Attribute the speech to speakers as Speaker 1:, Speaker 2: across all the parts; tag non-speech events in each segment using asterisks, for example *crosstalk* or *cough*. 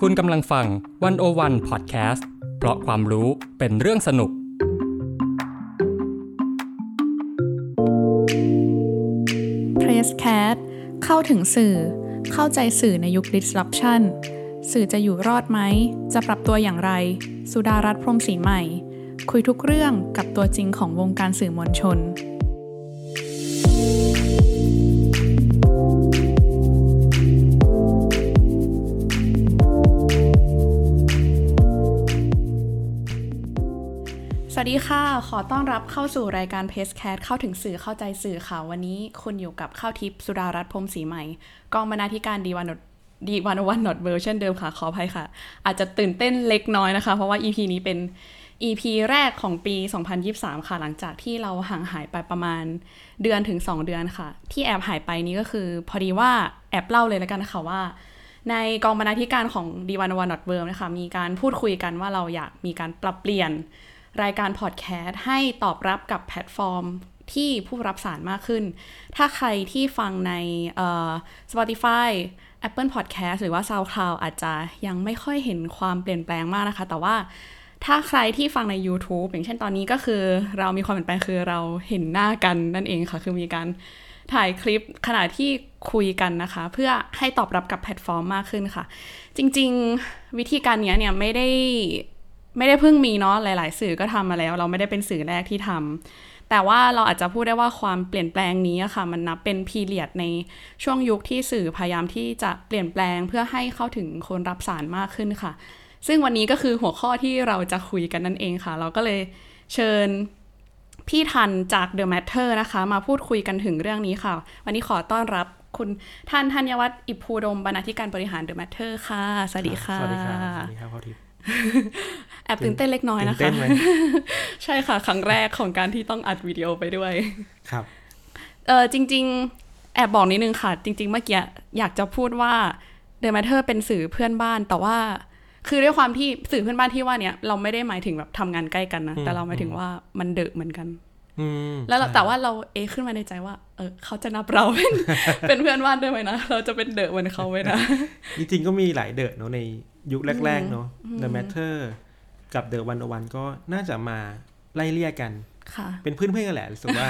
Speaker 1: คุณกำลังฟังวันโอวันพอดแคสต์เพราะความรู้เป็นเรื่องสนุก
Speaker 2: Press Cat เข้าถึงสื่อ เข้าใจสื่อในยุค disruption สื่อจะอยู่รอดไหม จะปรับตัวอย่างไร สุดารัตน์พรหมศรีใหม่ คุยทุกเรื่องกับตัวจริงของวงการสื่อมวลชน สวัสดีค่ะ ขอต้อนรับเข้าสู่รายการเพจแคสเข้าถึงสื่อเข้าใจสื่อค่ะ วันนี้คุณอยู่กับข้าวทิพย์สุดารัตน์พรหมศรีใหม่ กองบรรณาธิการดีวันดีวันวันนอตเวอร์เช่นเดิมค่ะ ขออภัยค่ะ อาจจะตื่นเต้นเล็กน้อยนะคะ เพราะว่า EP นี้เป็น EP แรกของปี 2023 ค่ะ หลังจากที่เราห่างหายไปประมาณเดือนถึง 2 เดือนค่ะ ที่แอบหายไปนี้ก็คือ พอดีว่าแอบเล่าเลยแล้วกันค่ะว่า ในกองบรรณาธิการของดีวันวันนอตเวิร์มนะคะมีการพูดคุยกันว่าเราอยากมีการปรับเปลี่ยน รายการพอดแคสต์ให้ตอบรับกับแพลตฟอร์มที่ผู้รับสารมากขึ้น ถ้าใครที่ฟังในเอ่อ Spotify Apple Podcast หรือว่า SoundCloud อาจจะยังไม่ค่อยเห็นความเปลี่ยนแปลงมากนะคะ แต่ว่าถ้าใครที่ฟังใน YouTube อย่างเช่นตอนนี้ก็คือเรามีความเปลี่ยนแปลงคือเราเห็นหน้ากันนั่นเองค่ะ คือมีการถ่ายคลิปขณะที่คุยกันนะคะ เพื่อให้ตอบรับกับแพลตฟอร์มมากขึ้นค่ะ จริงๆวิธีการเนี้ยเนี่ยไม่ได้ ไม่ได้เพิ่งมีเนาะหลาย ๆ สื่อก็ทำมาแล้ว เราไม่ได้เป็นสื่อแรกที่ทำแต่ว่าเราอาจจะพูดได้ว่าความเปลี่ยนแปลงนี้อะค่ะ มันนับเป็นพีเรียดในช่วงยุคที่สื่อพยายามที่จะเปลี่ยนแปลงเพื่อให้เข้าถึงคนรับสารมากขึ้นค่ะ ซึ่งวันนี้ก็คือหัวข้อที่เราจะคุยกันนั่นเองค่ะ เราก็เลยเชิญพี่ทันจาก The Matter นะคะ มาพูดคุยกันถึงเรื่องนี้ค่ะ วันนี้ขอต้อนรับคุณท่านธัญวัฒน์อิภูดมบรรณาธิการบริหาร The Matter ค่ะสวัสดีค่ะ
Speaker 3: สวัสดีครับสวัสดีครับพ่อทิพย์
Speaker 2: แอบตื่นเต้นเล็กน้อย
Speaker 3: ตื่
Speaker 2: นะ
Speaker 3: น
Speaker 2: คะ
Speaker 3: เต้น
Speaker 2: *laughs*
Speaker 3: ไหม
Speaker 2: ใช่ค่ะ ครั้งแรกของการที่ต้องอัดวิดีโอไปด้วย
Speaker 3: ครับ
Speaker 2: เออจริง ๆ แอบบอกนิดนึงค่ะ จริง ๆ เมื่อกี้อยากจะพูดว่า The Matter เป็นสื่อเพื่อนบ้าน แต่ว่า คือด้วยความที่สื่อเพื่อนบ้านที่ว่าเนี่ยเราไม่ได้หมายถึงแบบทำงานใกล้กันนะ
Speaker 3: อืม
Speaker 2: แต่เราหมายถึงว่ามันเดอะเหมือนกัน
Speaker 3: อืม
Speaker 2: แล้วเรา
Speaker 3: ใช่
Speaker 2: แต่ว่าเราเอะขึ้นมาในใจว่า เออเขาจะนับเราเป็น
Speaker 3: *laughs*
Speaker 2: เป็นเพื่อนบ้านด้วยไหมนะ เราจะเป็นเดอะเหมือนเขาไหมนะ
Speaker 3: จริงๆก็มีหลายเดอะเนาะในยุคแรก ๆ เนาะ The Matter กับ The 101 ก็น่าจะมาไล่เลี่ยกัน
Speaker 2: ค่ะ
Speaker 3: เป็นเพื่อนๆกันแหละรู้สึก
Speaker 2: *laughs*
Speaker 3: ว่า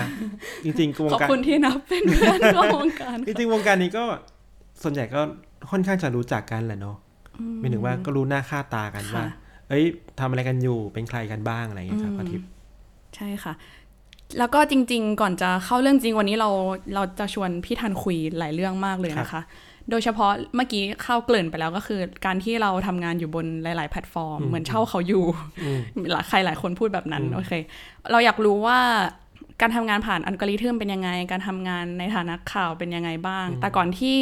Speaker 3: จริงๆวง
Speaker 2: ขอบ
Speaker 3: การ
Speaker 2: คุณที่นับเป็นเพื่อนร่วมวงการ
Speaker 3: จริงๆวงการนี้ก็ส่วนใหญ่ก็ค่อนข้างจะรู้จักกันแหละเนาะหมายถึงว่าก็รู้หน้าค่าตากัน
Speaker 2: ค่ะ
Speaker 3: ว่า เอ้ยทำอะไรกันอยู่เป็นใครกันบ้างอะไรอย่างเงี้ยครับพ่อทิพย์
Speaker 2: ใช่ค่ะ แล้วก็จริงๆ ก่อนจะเข้าเรื่องจริงวันนี้เราเราจะชวนพี่ทันคุยหลายเรื่องมากเลยนะคะ โดยเฉพาะเมื่อกี้เข้าเกริ่นไปแล้วก็คือ การที่เราทำงานอยู่บนหลาย ๆ แพลตฟอร์ม เหมือนเช่าเขาอยู่
Speaker 3: อืม
Speaker 2: หลายใครหลายคนพูดแบบนั้น
Speaker 3: อืม
Speaker 2: โอเค เราอยากรู้ว่าการทำงานผ่านอัลกอริทึมเป็นยังไง การทำงานในฐานะข่าวเป็นยังไงบ้าง แต่ก่อนที่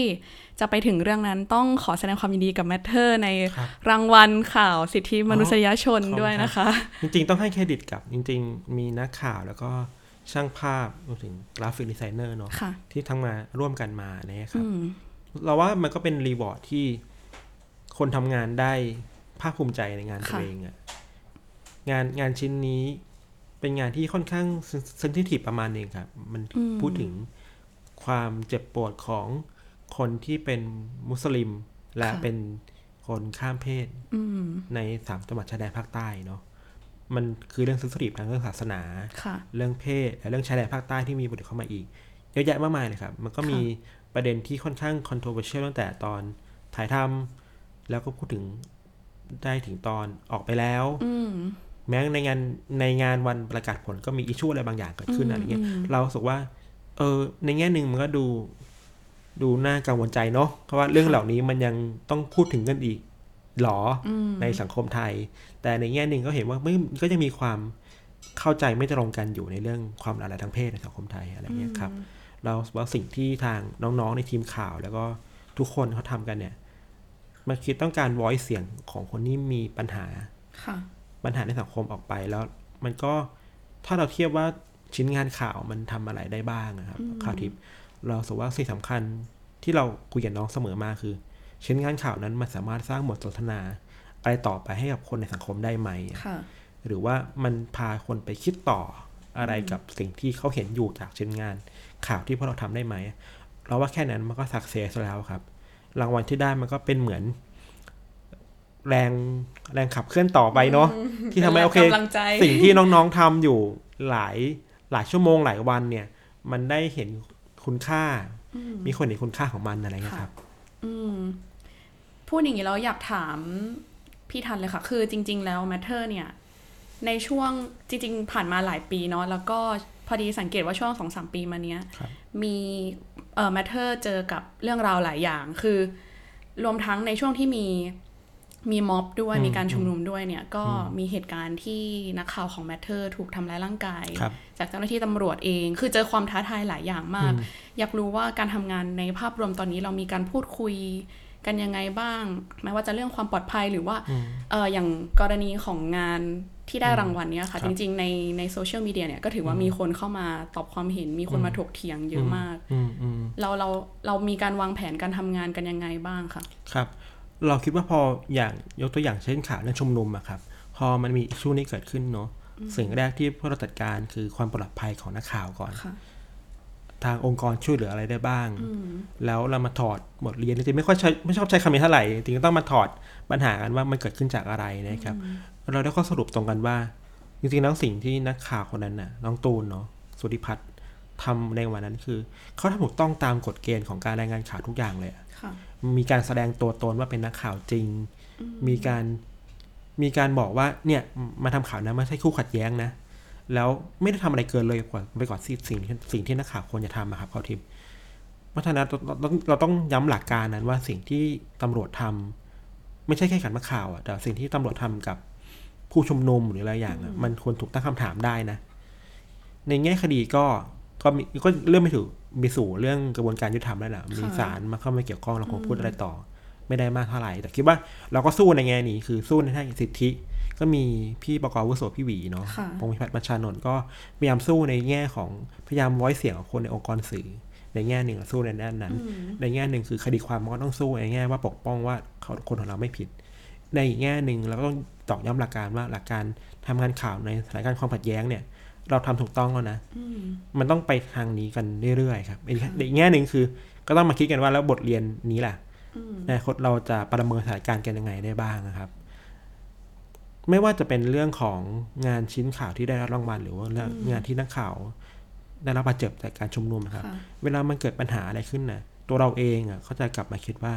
Speaker 2: จะไปถึงเรื่องนั้นต้องขอแสดงความยินดีกับแมทเทอร์ใน
Speaker 3: ครับ
Speaker 2: รางวัลข่าวสิทธิมนุษยชน
Speaker 3: อ๋อขอบคุณ
Speaker 2: ด้วย
Speaker 3: ครับ
Speaker 2: นะคะ
Speaker 3: จริงๆ ต้องให้เครดิตกับจริง ๆ มีนักข่าวแล้วก็ช่างภาพรวมถึงกราฟิกดีไซเนอร์เนาะ
Speaker 2: ค่ะ
Speaker 3: ที่ทั้งมาร่วมกันมาเนี่ยครั
Speaker 2: อื
Speaker 3: บ
Speaker 2: ม
Speaker 3: เราว่ามันก็เป็นรีวอร์ดที่คนทำงานได้ภาคภูมิใจในงานตัว
Speaker 2: ค่ะ
Speaker 3: เองอะงานงานชิ้นนี้เป็นงานที่ค่อนข้างเซนซิทีฟประมาณหนึ่งครับ มันพูดถึงความเจ็บปวดของคนที่เป็นมุสลิม และเป็นคนข้ามเพศ
Speaker 2: อืม
Speaker 3: ในสามจังหวัดชายแดนภาคใต้เนาะมันคือเรื่องเซนซิทีฟทางเรื่องศาสนา
Speaker 2: ค่ะ
Speaker 3: เรื่องเพศและเรื่องชายแดนภาคใต้ที่มีบทเข้ามาอีก เยอะแยะมากมายเลยครับ มันก็มีประเด็นที่ค่อนข้าง controversial ตั้งแต่ตอนถ่ายทำแล้วก็พูดถึงได้ถึงตอนออกไปแล้ว
Speaker 2: อืม
Speaker 3: แม้ในงานในงานวันประกาศผลก็มีอิชชูอะไรบางอย่างเกิดขึ้นอะไรเงี้ย
Speaker 2: อืม
Speaker 3: เรารู้สึกว่า เออ ในแง่หนึ่งมันก็ดู ดูน่ากังวลใจเนาะเพราะว่าเรื่องเหล่านี้มันยังต้องพูดถึงกันอีกหรอ
Speaker 2: อืม
Speaker 3: ในสังคมไทย แต่ในแง่หนึ่งก็เห็นว่าไม่ก็จะมีความเข้าใจไม่ตรงกันอยู่ในเรื่องความหลากหลายทางเพศในสังคมไทยอะไรเงี้ยครับ เราว่าสิ่งที่ทางน้องๆในทีมข่าว แล้วก็ทุกคนเขาทำกันเนี่ยมันคือต้องการ voice เสียงของคนที่มีปัญหา
Speaker 2: ค่ะ
Speaker 3: ปัญหาในสังคมออกไปแล้ว มันก็ถ้าเราเทียบว่าชิ้นงานข่าวมันทำอะไรได้บ้างนะครับข่าวทิพย์เราสกว่าสิ่งสำคัญที่เราคุยกับน้องเสมอมาคือ ชิ้นงานข่าวนั้นมันสามารถสร้างบทสนทนา อะไรต่อไปให้กับคนในสังคมได้ไหม
Speaker 2: ค่ะ
Speaker 3: หรือว่ามันพาคนไปคิดต่ออะไรกับสิ่งที่เขาเห็นอยู่จากชิ้นงานข่าวที่พวกเราทำได้ไหม เราว่าแค่นั้นมันก็สักเซสแล้วครับ รางวัลที่ได้มันก็เป็นเหมือน แรงแรงขับเคลื่อนต่อไปเนาะที่ทำให้โอเค
Speaker 2: ป็นแรงกำลังใจ
Speaker 3: สิ่งที่น้องๆทำอยู่หลายหลายชั่วโมงหลายวันเนี่ย มันได้เห็นคุณค่า มีคนเห็นคุณค่าของมันอะไรเงี้ย
Speaker 2: ค่ะ
Speaker 3: ครับ
Speaker 2: อืมพูดอย่างนี้แล้วอยากถามพี่ทันเลยค่ะ คือจริง ๆ แล้วแมทเทอร์เนี่ย ในช่วงจริง ๆ ผ่านมาหลายปีเนาะแล้วก็พอดีสังเกตว่าช่วงสองสามปีมาเนี้ย
Speaker 3: ครับ
Speaker 2: มีเอ่อแมทเทอร์เจอกับเรื่องราวหลายอย่าง คือ รวมทั้งในช่วงที่มีมีม็อบด้วยมีการชุมนุมด้วยเนี่ย ก็มีเหตุการณ์ที่นักข่าวของแมทเทอร์ถูกทำร้ายร่างกาย
Speaker 3: ครับ
Speaker 2: จากเจ้าหน้าที่ตำรวจเอง คือเจอความท้าทายหลายอย่างมาก อยากรู้ว่าการทำงานในภาพรวมตอนนี้เรามีการพูดคุยกันยังไงบ้าง ไม่ว่าจะเรื่องความปลอดภัยหรือว่าเอออย่างกรณีของงานที่ได้รางวัลเนี่ยค่ะ
Speaker 3: ครั
Speaker 2: จ
Speaker 3: บ
Speaker 2: ริง ๆ ในในโซเชียลมีเดียเนี่ยก็ถือว่ามีคนเข้ามาตอบความเห็น มีคนมาถกเถียงเยอะมาก
Speaker 3: อืมอืม
Speaker 2: เราเราเรามีการวางแผนการทำงานกันยังไงบ้างคะ
Speaker 3: ครับ เราคิดว่าพออย่างยกตัวอย่างเช่นข่าวเรื่องชุมนุมอะครับ พอมันมีช่วงนี้เกิดขึ้นเนาะสิ่งแรกที่พวกเราจัดการคือความปลอดภัยของนักข่าวก่อน
Speaker 2: ค่ะ
Speaker 3: ทางองค์กรช่วยเหลืออะไรได้บ้าง แล้วเรามาถอดบทเรียนจริงๆไม่ค่อยใช้ไม่ชอบใช้คำนี้เท่าไหร่จริงๆก็ต้องมาถอดปัญหากันว่ามันเกิดขึ้นจากอะไรนะครับ เราได้ข้อสรุปตรงกันว่า จริงๆแล้วสิ่งที่นักข่าวคนนั้นน่ะน้องตูนเนาะสุธิพัฒน์ทำในวันนั้นคือ เขาทำถูกต้องตามกฎเกณฑ์ของการรายงานข่าวทุกอย่างเลยอะ
Speaker 2: ค่ะ
Speaker 3: มีการแสดงตัวตนว่าเป็นนักข่าวจริง มีการมีการบอกว่าเนี่ยมาทำข่าวนะไม่ใช่คู่ขัดแย้งนะ แล้วไม่ได้ทำอะไรเกินเลยกว่าไปกว่าสิ่งสิ่งสิ่งที่นักข่าวควรจะทำอะครับเขาทิพย์เพราะฉะนั้นเราเราเราต้องย้ำหลักการนั้นว่าสิ่งที่ตำรวจทำไม่ใช่แค่ขันมาข่าวอะแต่สิ่งที่ตำรวจทำกับผู้ชุมนุมหรืออะไรอย่างอะมันควรถูกตั้งคำถามได้นะ ในแง่คดีก็ก็มีก็เรื่องไม่ถูกมีสู่เรื่องกระบวนการยุติธรรมแล้วแหละมี
Speaker 2: ค่ะ
Speaker 3: ศาลมาเข้ามาเกี่ยวข้องเราคงพูดอะไรต่อ ไม่ได้มากเท่าไหร่ แต่คิดว่าเราก็สู้ในแง่นี้คือสู้ในทางสิทธิ ก็มีพี่ประกอบวุโสพี่หวีเนาะ
Speaker 2: ค่ะ
Speaker 3: พงพิพัฒน์มัชชานนท์ก็พยายามสู้ในแง่ของพยายามร้อยเสียงของคนในองค์กรสื่อ ในแง่หนึ่งเราสู้ในด้านนั้น ในแง่หนึ่งคือคดีความมันก็ต้องสู้ในแง่ว่าปกป้องว่าเขาคนของเราไม่ผิด ในอีกแง่หนึ่งเราก็ต้องตอกย้ำหลักการว่าหลักการทำงานข่าวในสถานการณ์ความขัดแย้งเนี่ย เราทำถูกต้องแล้วนะ มันต้องไปทางนี้กันเรื่อยๆครับอีกอีกแง่หนึ่งคือ ก็ต้องมาคิดกันว่าแล้วบทเรียนนี้ล่ะอนาคตเราจะประเมินสถานการณ์กันยังไงได้บ้างนะครับ ไม่ว่าจะเป็นเรื่องของงานชิ้นข่าวที่ได้รับรางวัลหรือว่าเรื่องงานที่นักข่าว ได้รับบาดเจ็บจากการชุมนุมนะครับ
Speaker 2: ค่ะ
Speaker 3: เวลามันเกิดปัญหาอะไรขึ้นนะตัวเราเองอ่ะเขาจะกลับมาคิดว่า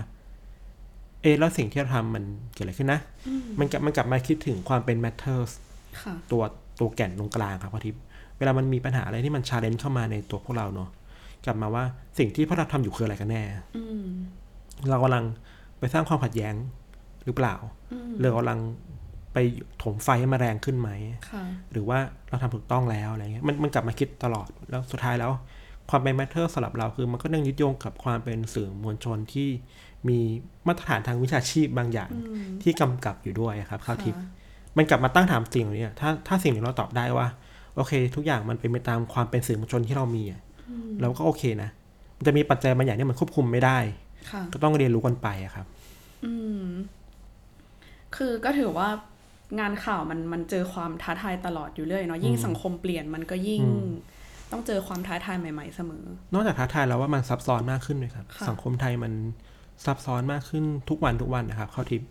Speaker 3: เอะแล้วสิ่งที่เราทำมันเกิดอะไรขึ้นนะ มันกลับมันกลับมาคิดถึงความเป็น matters
Speaker 2: ค่ะ
Speaker 3: ตัวตัวแก่นตรงกลางครับพอทิพย์เวลามันมีปัญหาอะไรที่มันชาเลนจ์เข้ามาในตัวพวกเราเนาะกลับมาว่าสิ่งที่พวกเราทำอยู่คืออะไรกันแน่
Speaker 2: อืม
Speaker 3: เรากำลังไปสร้างความขัดแย้งหรือเปล่าหรือกำลังไปถมไฟให้มันแรงขึ้นไหม
Speaker 2: ค่ะ
Speaker 3: หรือว่าเราทำถูกต้องแล้วอะไรเงี้ยมันมันกลับมาคิดตลอดแล้วสุดท้ายแล้ว ความเป็นแมทเทอร์สำหรับเราคือมันก็ยังยึดโยงกับความเป็นสื่อมวลชนที่มีมาตรฐานทางวิชาชีพบางอย่างที่กำกับอยู่ด้วยครับครับทิพย์มันกลับมาตั้งถามสิ่งเหล่านี้ถ้าถ้าสิ่งเหล่านี้เราตอบได้ว่า โอเค ทุกอย่างมันเป็นไปตามความเป็นสื่อมวลชนที่เรามีอะเราก็โอเคนะมันจะมีปัจจัยบางอย่างที่มันควบคุมไม่ได้
Speaker 2: ค่ะ
Speaker 3: ก็ต้องเรียนรู้กันไปอะครับ
Speaker 2: อืม คือก็ถือว่างานข่าวมันมันเจอความท้าทายตลอดอยู่เรื่อยเนาะยิ่งสังคมเปลี่ยนมันก็ยิ่ง ต้องเจอความท้าทายใหม่ ๆ เสมอ
Speaker 3: นอกจากท้าทายแล้วว่ามันซับซ้อนมากขึ้นด้วยครับ
Speaker 2: ค่ะ
Speaker 3: สังคมไทยมันซับซ้อนมากขึ้นทุกวันทุกวันนะครับ เข้าทิพย์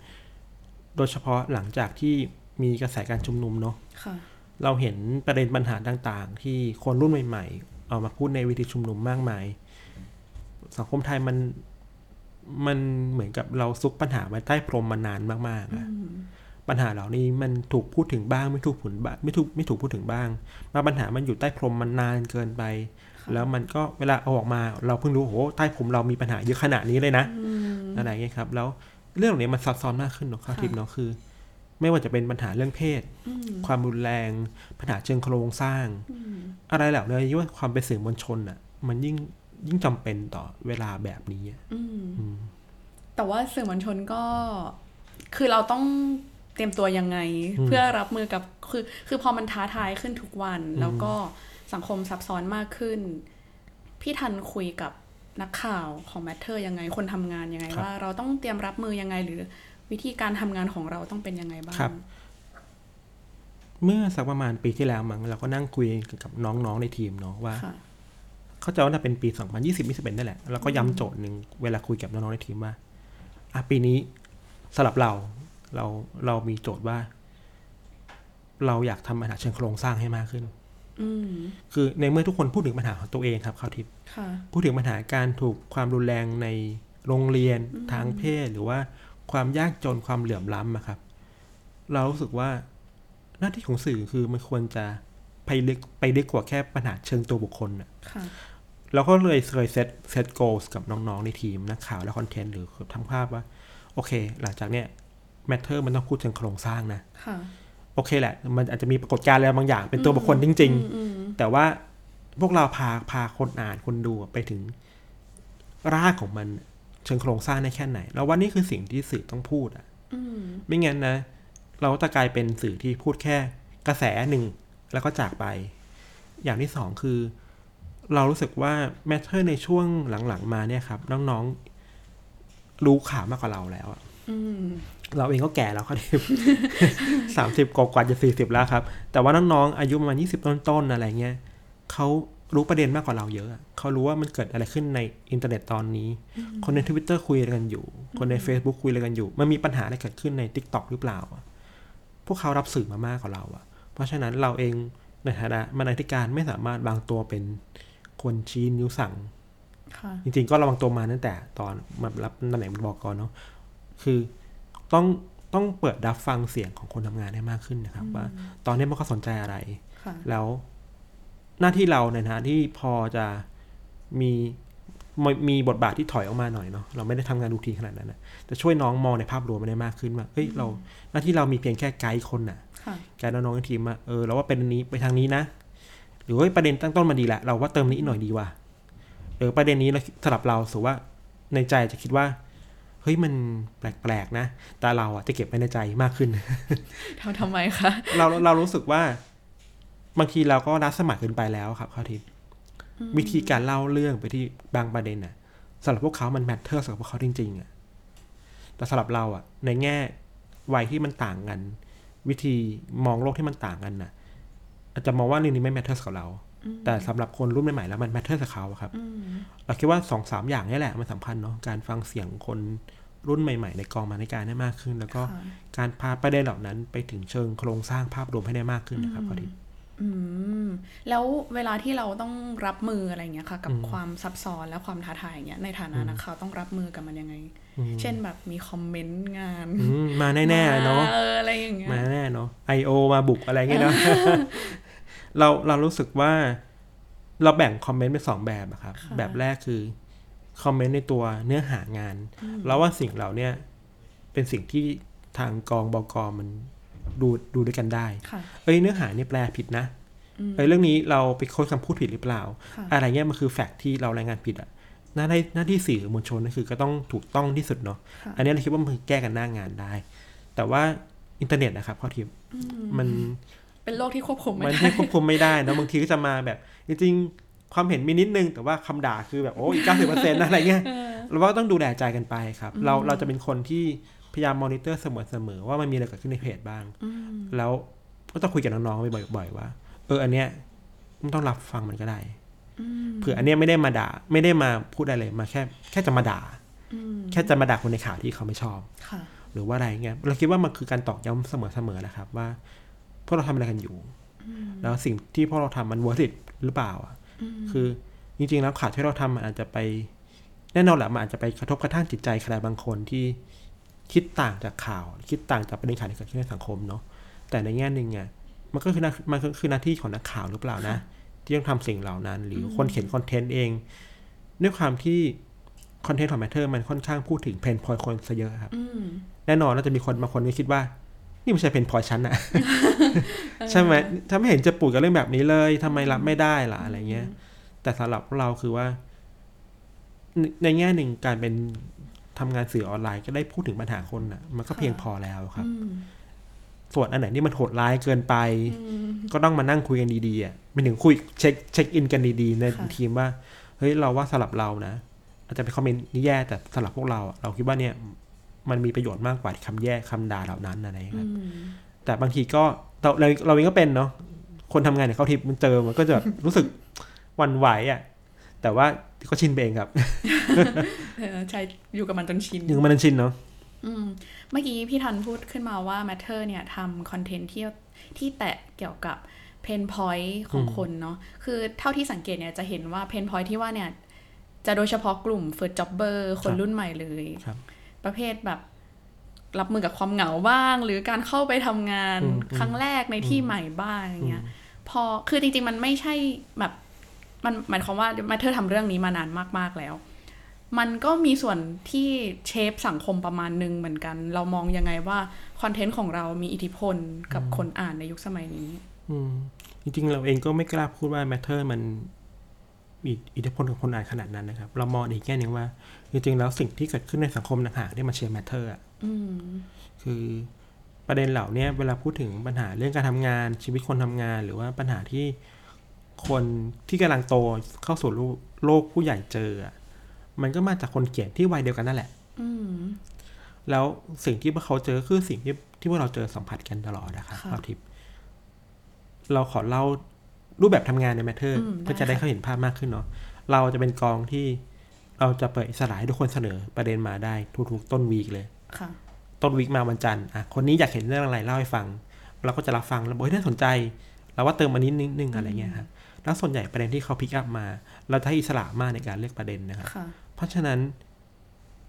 Speaker 3: โดยเฉพาะหลังจากที่มีกระแสการชุมนุมเนาะ
Speaker 2: ค่ะ
Speaker 3: เราเห็นประเด็นปัญหาต่างๆ ที่คนรุ่นใหม่ๆ เอามาพูดในเวิธีชุมนุมมากมาย สังคมไทยมันมันเหมือนกับเราซุกปัญหาไว้ใต้พรมมานานมากๆอะปัญหาเหล่านี้มันถูกพูดถึงบ้างไม่ถูกผลบ้างไม่ถูกไม่ถูกพูดถึงบ้างมาปัญหามันอยู่ใต้พรมมันนานเกินไป แล้วมันก็เวลาเอาออกมา เราเพิ่งรู้โอ้โหใต้พรมเรามีปัญหาเยอะขนาดนี้เลยนะอะไรอย่างเงี้ยครับ แล้วเรื่องเหล่านี้มันซับซ้อนมากขึ้นเนาะครับ
Speaker 2: ค่ะ
Speaker 3: ทิพย์เนาะคือ ไม่ว่าจะเป็นปัญหาเรื่องเพศ ความรุนแรง ปัญหาเชิงโครงสร้าง อะไรเหล่านี้ยิ่งว่าความเป็นสื่อมวลชนอ่ะ มันยิ่งยิ่งจำเป็นต่อเวลาแบบนี้อะ
Speaker 2: อืม แต่ว่าสื่อมวลชนก็ คือเราต้องเตรียมตัวยังไง เพื่อรับมือกับคือ คือพอมันท้าทายขึ้นทุกวัน แล้วก็สังคมซับซ้อนมากขึ้น พี่ทันคุยกับนักข่าวของแมทเทอร์ยังไง คนทำงานยังไง
Speaker 3: ครับ
Speaker 2: ว่าเราต้องเตรียมรับมือยังไง หรือวิธีการทำงานของเราต้องเป็นยังไงบ้าง
Speaker 3: ครับ เมื่อสักประมาณปีที่แล้วมั้งเราก็นั่งคุยกับน้องๆในทีมเนาะว่า
Speaker 2: ค่ะ
Speaker 3: เข้าใจว่าน่าเป็นปี 2020 21นั่นแหละ แล้วก็ย้ำโจทย์หนึ่งเวลาคุยกับน้องๆในทีมว่าอ่ะปีนี้สำหรับเรา เราเรามีโจทย์ว่า เราอยากทำปัญหาเชิงโครงสร้างให้มากขึ้น
Speaker 2: อืม
Speaker 3: คือในเมื่อทุกคนพูดถึงปัญหาของตัวเองครับข้าวทิพย์
Speaker 2: ค่ะ
Speaker 3: พูดถึงปัญหาการถูกความรุนแรงในโรงเรียนทางเพศ หรือว่าความยากจนความเหลื่อมล้ำอะครับ เรารู้สึกว่าหน้าที่ของสื่อคือมันควรจะไปลึกไปลึกกว่าแค่ปัญหาเชิงตัวบุคคลอะ
Speaker 2: ค่ะ
Speaker 3: เราก็เลยเคยเซตเซตโกลกับน้องๆ ในทีมนักข่าวและคอนเทนต์หรือทำภาพว่า โอเค หลังจากเนี้ยแมทเทอร์มันต้องพูดถึงโครงสร้างนะ
Speaker 2: ค่ะ
Speaker 3: โอเคแหละ มันอาจจะมีปรากฏการณ์อะไรบางอย่างเป็นตัวบุคคลจริง
Speaker 2: อืม
Speaker 3: ๆ แต่ว่าพวกเราพาพาคนอ่านคนดูไปถึงรากของมันเชิงโครงสร้างได้แค่ไหน แล้วว่านี่คือสิ่งที่สื่อต้องพูดอะ
Speaker 2: อืม
Speaker 3: ไม่งั้นนะ เราจะกลายเป็นสื่อที่พูดแค่กระแสหนึ่งแล้วก็จากไป อย่างที่สองคือ เรารู้สึกว่าแมทเทอร์ในช่วงหลังๆ มาเนี่ยครับ น้องๆ รู้ข่าวมากกว่าเราแล้วอะ
Speaker 2: อืม
Speaker 3: เราเองก็แก่แล้วครับ สามสิบกว่าๆจะสี่สิบแล้วครับ แต่ว่าน้องๆ อายุประมาณยี่สิบต้นๆอะไรเงี้ยเขารู้ประเด็นมากกว่าเราเยอะอะเขารู้ว่ามันเกิดอะไรขึ้นในอินเทอร์เน็ตตอนนี้ คนในทวิตเตอร์คุยอะไรกันอยู่ คนใน Facebook คุยอะไรกันอยู่ มันมีปัญหาอะไรเกิดขึ้นใน t ิ k t o k หรือเปล่าอะพวกเขารับสื่อมามากกว่าเราอะเพราะฉะนั้นเราเองในฐานะบรรณาธิการไม่สามารถวางตัวเป็นคนชี้นิ้วสั่ง
Speaker 2: ค่ะ
Speaker 3: จริงๆ ก็ระวังตัวมาตั้งแต่ตอนมารับตำแหน่งบกเนาะ คือต้องต้องเปิดรับฟังเสียงของคนทำงานให้มากขึ้นนะครับ ว่าตอนนี้มันเขาสนใจอะไร
Speaker 2: ค่ะ
Speaker 3: แล้วหน้าที่เราในฐานะที่พอจะมีมมีบทบาทที่ถอยออกมาหน่อยเนาะเราไม่ได้ทำงานรูทีนขนาดนั้นนะจะช่วยน้องมองในภาพรวมมันได้มากขึ้นว่าเฮ้ยเราหน้าที่เรามีเพียงแค่ไกด์คนน่ะ
Speaker 2: ค่ะ
Speaker 3: การน้องๆในทีมว่าเออเราว่าประเด็นนี้ไปทางนี้นะ หรือว่าประเด็นตั้งต้นมาดีแหละ เราว่าเติมนี้หน่อยดีว่ะหรือประเด็นนี้เราสำหรับเราสูว่าในใจจะคิดว่าเฮ้ยมันแปลกๆนะ แต่เราอ่ะจะเก็บไว้ในใจมากขึ้น
Speaker 2: ทำทำไมคะ *laughs*
Speaker 3: *laughs* เราเรารู้สึกว่า บางทีเราก็รัดสมัครเกินไปแล้วครับข้าวทิพย์วิธีการเล่าเรื่องไปที่บางประเด็นน่ะสำหรับพวกเขามันแมทเทอร์สำหรับพวกเขาจริงๆอ่ะแต่สำหรับเราอ่ะ ในแง่วัยที่มันต่างกัน วิธีมองโลกที่มันต่างกันน่ะ อาจจะมองว่าเรื่องนี้ไม่แมทเทอร์สกับเรา แต่สำหรับคนรุ่นใหม่ๆแล้วมันแมทเทอร์สกับเขาอะครับ
Speaker 2: อืม
Speaker 3: เราคิดว่าสองสามอย่างนี่แหละมันสำคัญเนาะการฟังเสียงคนรุ่นใหม่ ๆ ในกองมาในการได้มากขึ้น แล้วก็
Speaker 2: ค่ะ
Speaker 3: การพาประเด็นเหล่านั้นไปถึงเชิงโครงสร้างภาพรวมให้ได้มากขึ้นนะครับพอดี
Speaker 2: อืมแล้วเวลาที่เราต้องรับมืออะไรอย่างเงี้ยค่ะ กับความซับซ้อนและความท้าทายอย่างเงี้ยในฐานะนักข่าวต้องรับมือกับมันยังไง
Speaker 3: อืม
Speaker 2: เช่นแบบมีคอมเมนต์งาน
Speaker 3: อืมมาแน่ๆเนาะ
Speaker 2: มเอออะไรอย่างเงี้ย
Speaker 3: มาแน่เนาะ I.O. มาบุกอะไรเงี้ยเนาะ *laughs* เราเรารู้สึกว่า เราแบ่งคอมเมนต์เป็นสองแบบอะครับ แบบแรกคือ คอมเมนต์ในตัวเนื้อหางาน แล้วว่าสิ่งเหล่าเนี้ยเป็นสิ่งที่ทางกองบกมันดูดูด้วยกันได้
Speaker 2: ค่ะ
Speaker 3: เอ้ยเนื้อหาเนี่ยแปลผิดนะ เอ้ยเรื่องนี้เราไปค้นคำพูดผิดหรือเปล่า
Speaker 2: ค่ะ
Speaker 3: อะไรเงี้ยมันคือแฟกต์ที่เรารายงานผิดอ่ะ หน้าที่หน้าที่สื่อมวลชนก็คือก็ต้องถูกต้องที่สุดเนาะ อันเนี้ยเราคิดว่ามันแก้กันหน้างานได้ แต่ว่าอินเทอร์เน็ตนะครับข้อทิพย์มัน
Speaker 2: เป็นโรคที่ควบคุมไม่
Speaker 3: มัน
Speaker 2: ได้
Speaker 3: ที่ควบคุมไม่ได้นะบางทีก็จะมาแบบ จริงๆความเห็นมีนิดนึง แต่ว่าคำด่าคือแบบโอ้ยเก้าสิบเปอร์เซ็นต์อะไรเงี้ยเราก็ต้องดูแลใจกันไปครับ เราเราจะเป็นคนที่พยายามมอนิเตอร์เสมอๆว่ามันมีอะไรเกิดขึ้นในเพจบ้าง
Speaker 2: อืม
Speaker 3: แล้วก็ต้องคุยกับน้องๆบ่อยๆว่า เอออันเนี้ยไม่ต้องรับฟังมันก็ได้
Speaker 2: อืม
Speaker 3: เผื่ออันเนี้ยไม่ได้มาด่า ไม่ได้มาพูดอะไรเลยมาแค่ แค่จะมาด่า
Speaker 2: อืม
Speaker 3: แค่จะมาด่าคนในข่าวที่เขาไม่ชอบ
Speaker 2: ค่ะ
Speaker 3: หรือว่าอะไรเงี้ยเราคิดว่ามันคือการตอกย้ำเสมอๆนะครับ ว่า พวกเราทำอะไรกันอยู่ แล้วสิ่งที่พวกเราทำมัน worth it หรือเปล่าอ่ะคือจริงๆแล้วข่าวที่เราทำมันอาจจะไป แน่นอนแหละมันอาจจะไปกระทบกระทั่งจิตใจใครบางคนที่คิดต่างจากข่าว คิดต่างจากประเด็นข่าวที่เกิดขึ้นในสังคมเนาะแต่ในแง่หนึ่งอ่ะมันก็คือหน้ามันก็คือหน้าที่ของนักข่าวหรือเปล่านะ ที่ต้องทำสิ่งเหล่านั้น หรือคนเขียนคอนเทนต์เอง ด้วยความที่คอนเทนต์ของแมทเทอร์มันค่อนข้างพูดถึงเพนพอยคนซะเยอะครับ
Speaker 2: อืม
Speaker 3: แน่นอนน่าจะมีคนบางคนที่คิดว่า นี่ไม่ใช่เพนพอยชั้นอะ ใช่ไหมถ้าไม่เห็นจะปูดกับเรื่องแบบนี้เลยทำไมรับไม่ได้ล่ะอะไรเงี้ย แต่สำหรับเราคือว่า ในในแง่หนึ่งการเป็นทำงานสื่อออนไลน์ก็ได้พูดถึงปัญหาคนอ่ะ มันก็เพียงพอแล้วครับ
Speaker 2: อืม
Speaker 3: ส่วนอันไหนที่มันโหดร้ายเกินไป ก็ต้องมานั่งคุยกันดีๆอ่ะไปถึงคุยเช็คเช็คอินกันดีๆในทีมว่า เฮ้ยเราว่าสำหรับเรานะ อาจจะเป็นคอมเมนต์นี่แย่แต่สำหรับพวกเราอะเราคิดว่าเนี่ย มันมีประโยชน์มากกว่าคำแย่คำด่าเหล่านั้นอะไรอย่างเงี้ยค
Speaker 2: อื
Speaker 3: รับ
Speaker 2: ม
Speaker 3: แต่บางทีก็เราเราเราเองก็เป็นเนาะคนทำงานเนี่ยเขาทิปมันเจอมันก็จะแบบ *laughs* รู้สึกหวันไหวอะ่ะ แต่ว่าก็ชินไปเองครับ *laughs*
Speaker 2: เออใช่อยู่กับมันจนชิน
Speaker 3: ยังไมันชินเนาะ
Speaker 2: อืม เมื่อกี้พี่ทันพูดขึ้นมาว่า Matter เนี่ยทำคอนเทนต์ที่ที่แตะเกี่ยวกับเพนพอยต์ของคนเนาะคือเท่าที่สังเกตเนี่ยจะเห็นว่าเพนพอยต์ที่ว่าเนี่ย จะโดยเฉพาะกลุ่ม First Jobber คน
Speaker 3: ครับ
Speaker 2: รุ่นใหม่เลย
Speaker 3: ครับ
Speaker 2: ประเภทแบบ รับมือกับความเหงาบ้าง หรือการเข้าไปทำงานครั้งแรกในที่ใหม่บ้างอย่างเงี้ย พอคือจริงๆ มันไม่ใช่แบบ มันหมายความว่ามาเธอทำเรื่องนี้มานานมากๆแล้ว มันก็มีส่วนที่เชฟสังคมประมาณหนึ่งเหมือนกัน เรามองยังไงว่า คอนเทนต์ของเรามีอิทธิพลกับคนอ่านในยุคสมัยนี้
Speaker 3: อืมจริงๆ เราเองก็ไม่กล้าพูดว่า Matter มันมีอิทธิพลกับคนอ่านขนาดนั้นนะครับ เรามองอีกแง่หนึ่งว่า จริงๆ แล้วสิ่งที่เกิดขึ้นในสังคมต่างหากที่มันเชียร์ Matter อะ
Speaker 2: อืม
Speaker 3: คือประเด็นเหล่าเนี้ยเวลาพูดถึงปัญหาเรื่องการทำงานชีวิตคนทำงาน หรือว่าปัญหาที่คนที่กำลังโตเข้าสู่โลกโลกผู้ใหญ่เจออะมันก็มาจากคนเขียนที่วัยเดียวกันนั่นแหละ
Speaker 2: อืม
Speaker 3: แล้วสิ่งที่พวกเขาเจอคือสิ่งที่ที่พวกเราเจอสัมผัสกันตลอดนะคะ
Speaker 2: ค่ะ
Speaker 3: เราทิพย์เราขอเล่ารูปแบบทำงานในแมทเทอร์
Speaker 2: อืม
Speaker 3: เพื่อจะ
Speaker 2: ได้ค่ะ
Speaker 3: ได้เข้าเห็นภาพมากขึ้นเนาะเราจะเป็นกองที่เราจะเปิดอิสระให้ทุกคนเสนอประเด็นมาได้ทุกๆต้นวีคเลย
Speaker 2: ค่ะ
Speaker 3: ต้นวีคมาวันจันทร์อ่ะคนนี้อยากเห็นเรื่องอะไรเล่าให้ฟัง เราก็จะรับฟังแล้วบอกเฮ้ยน่าสนใจ เราว่าเติมอันนี้นิดนึงอะไรเงี้ยครับแล้วส่วนใหญ่ประเด็นที่เขาพิกอัพมา เราจะให้อิสระมากในการเลือกประเด็นนะครับ
Speaker 2: ค่ะ
Speaker 3: เพราะฉะนั้น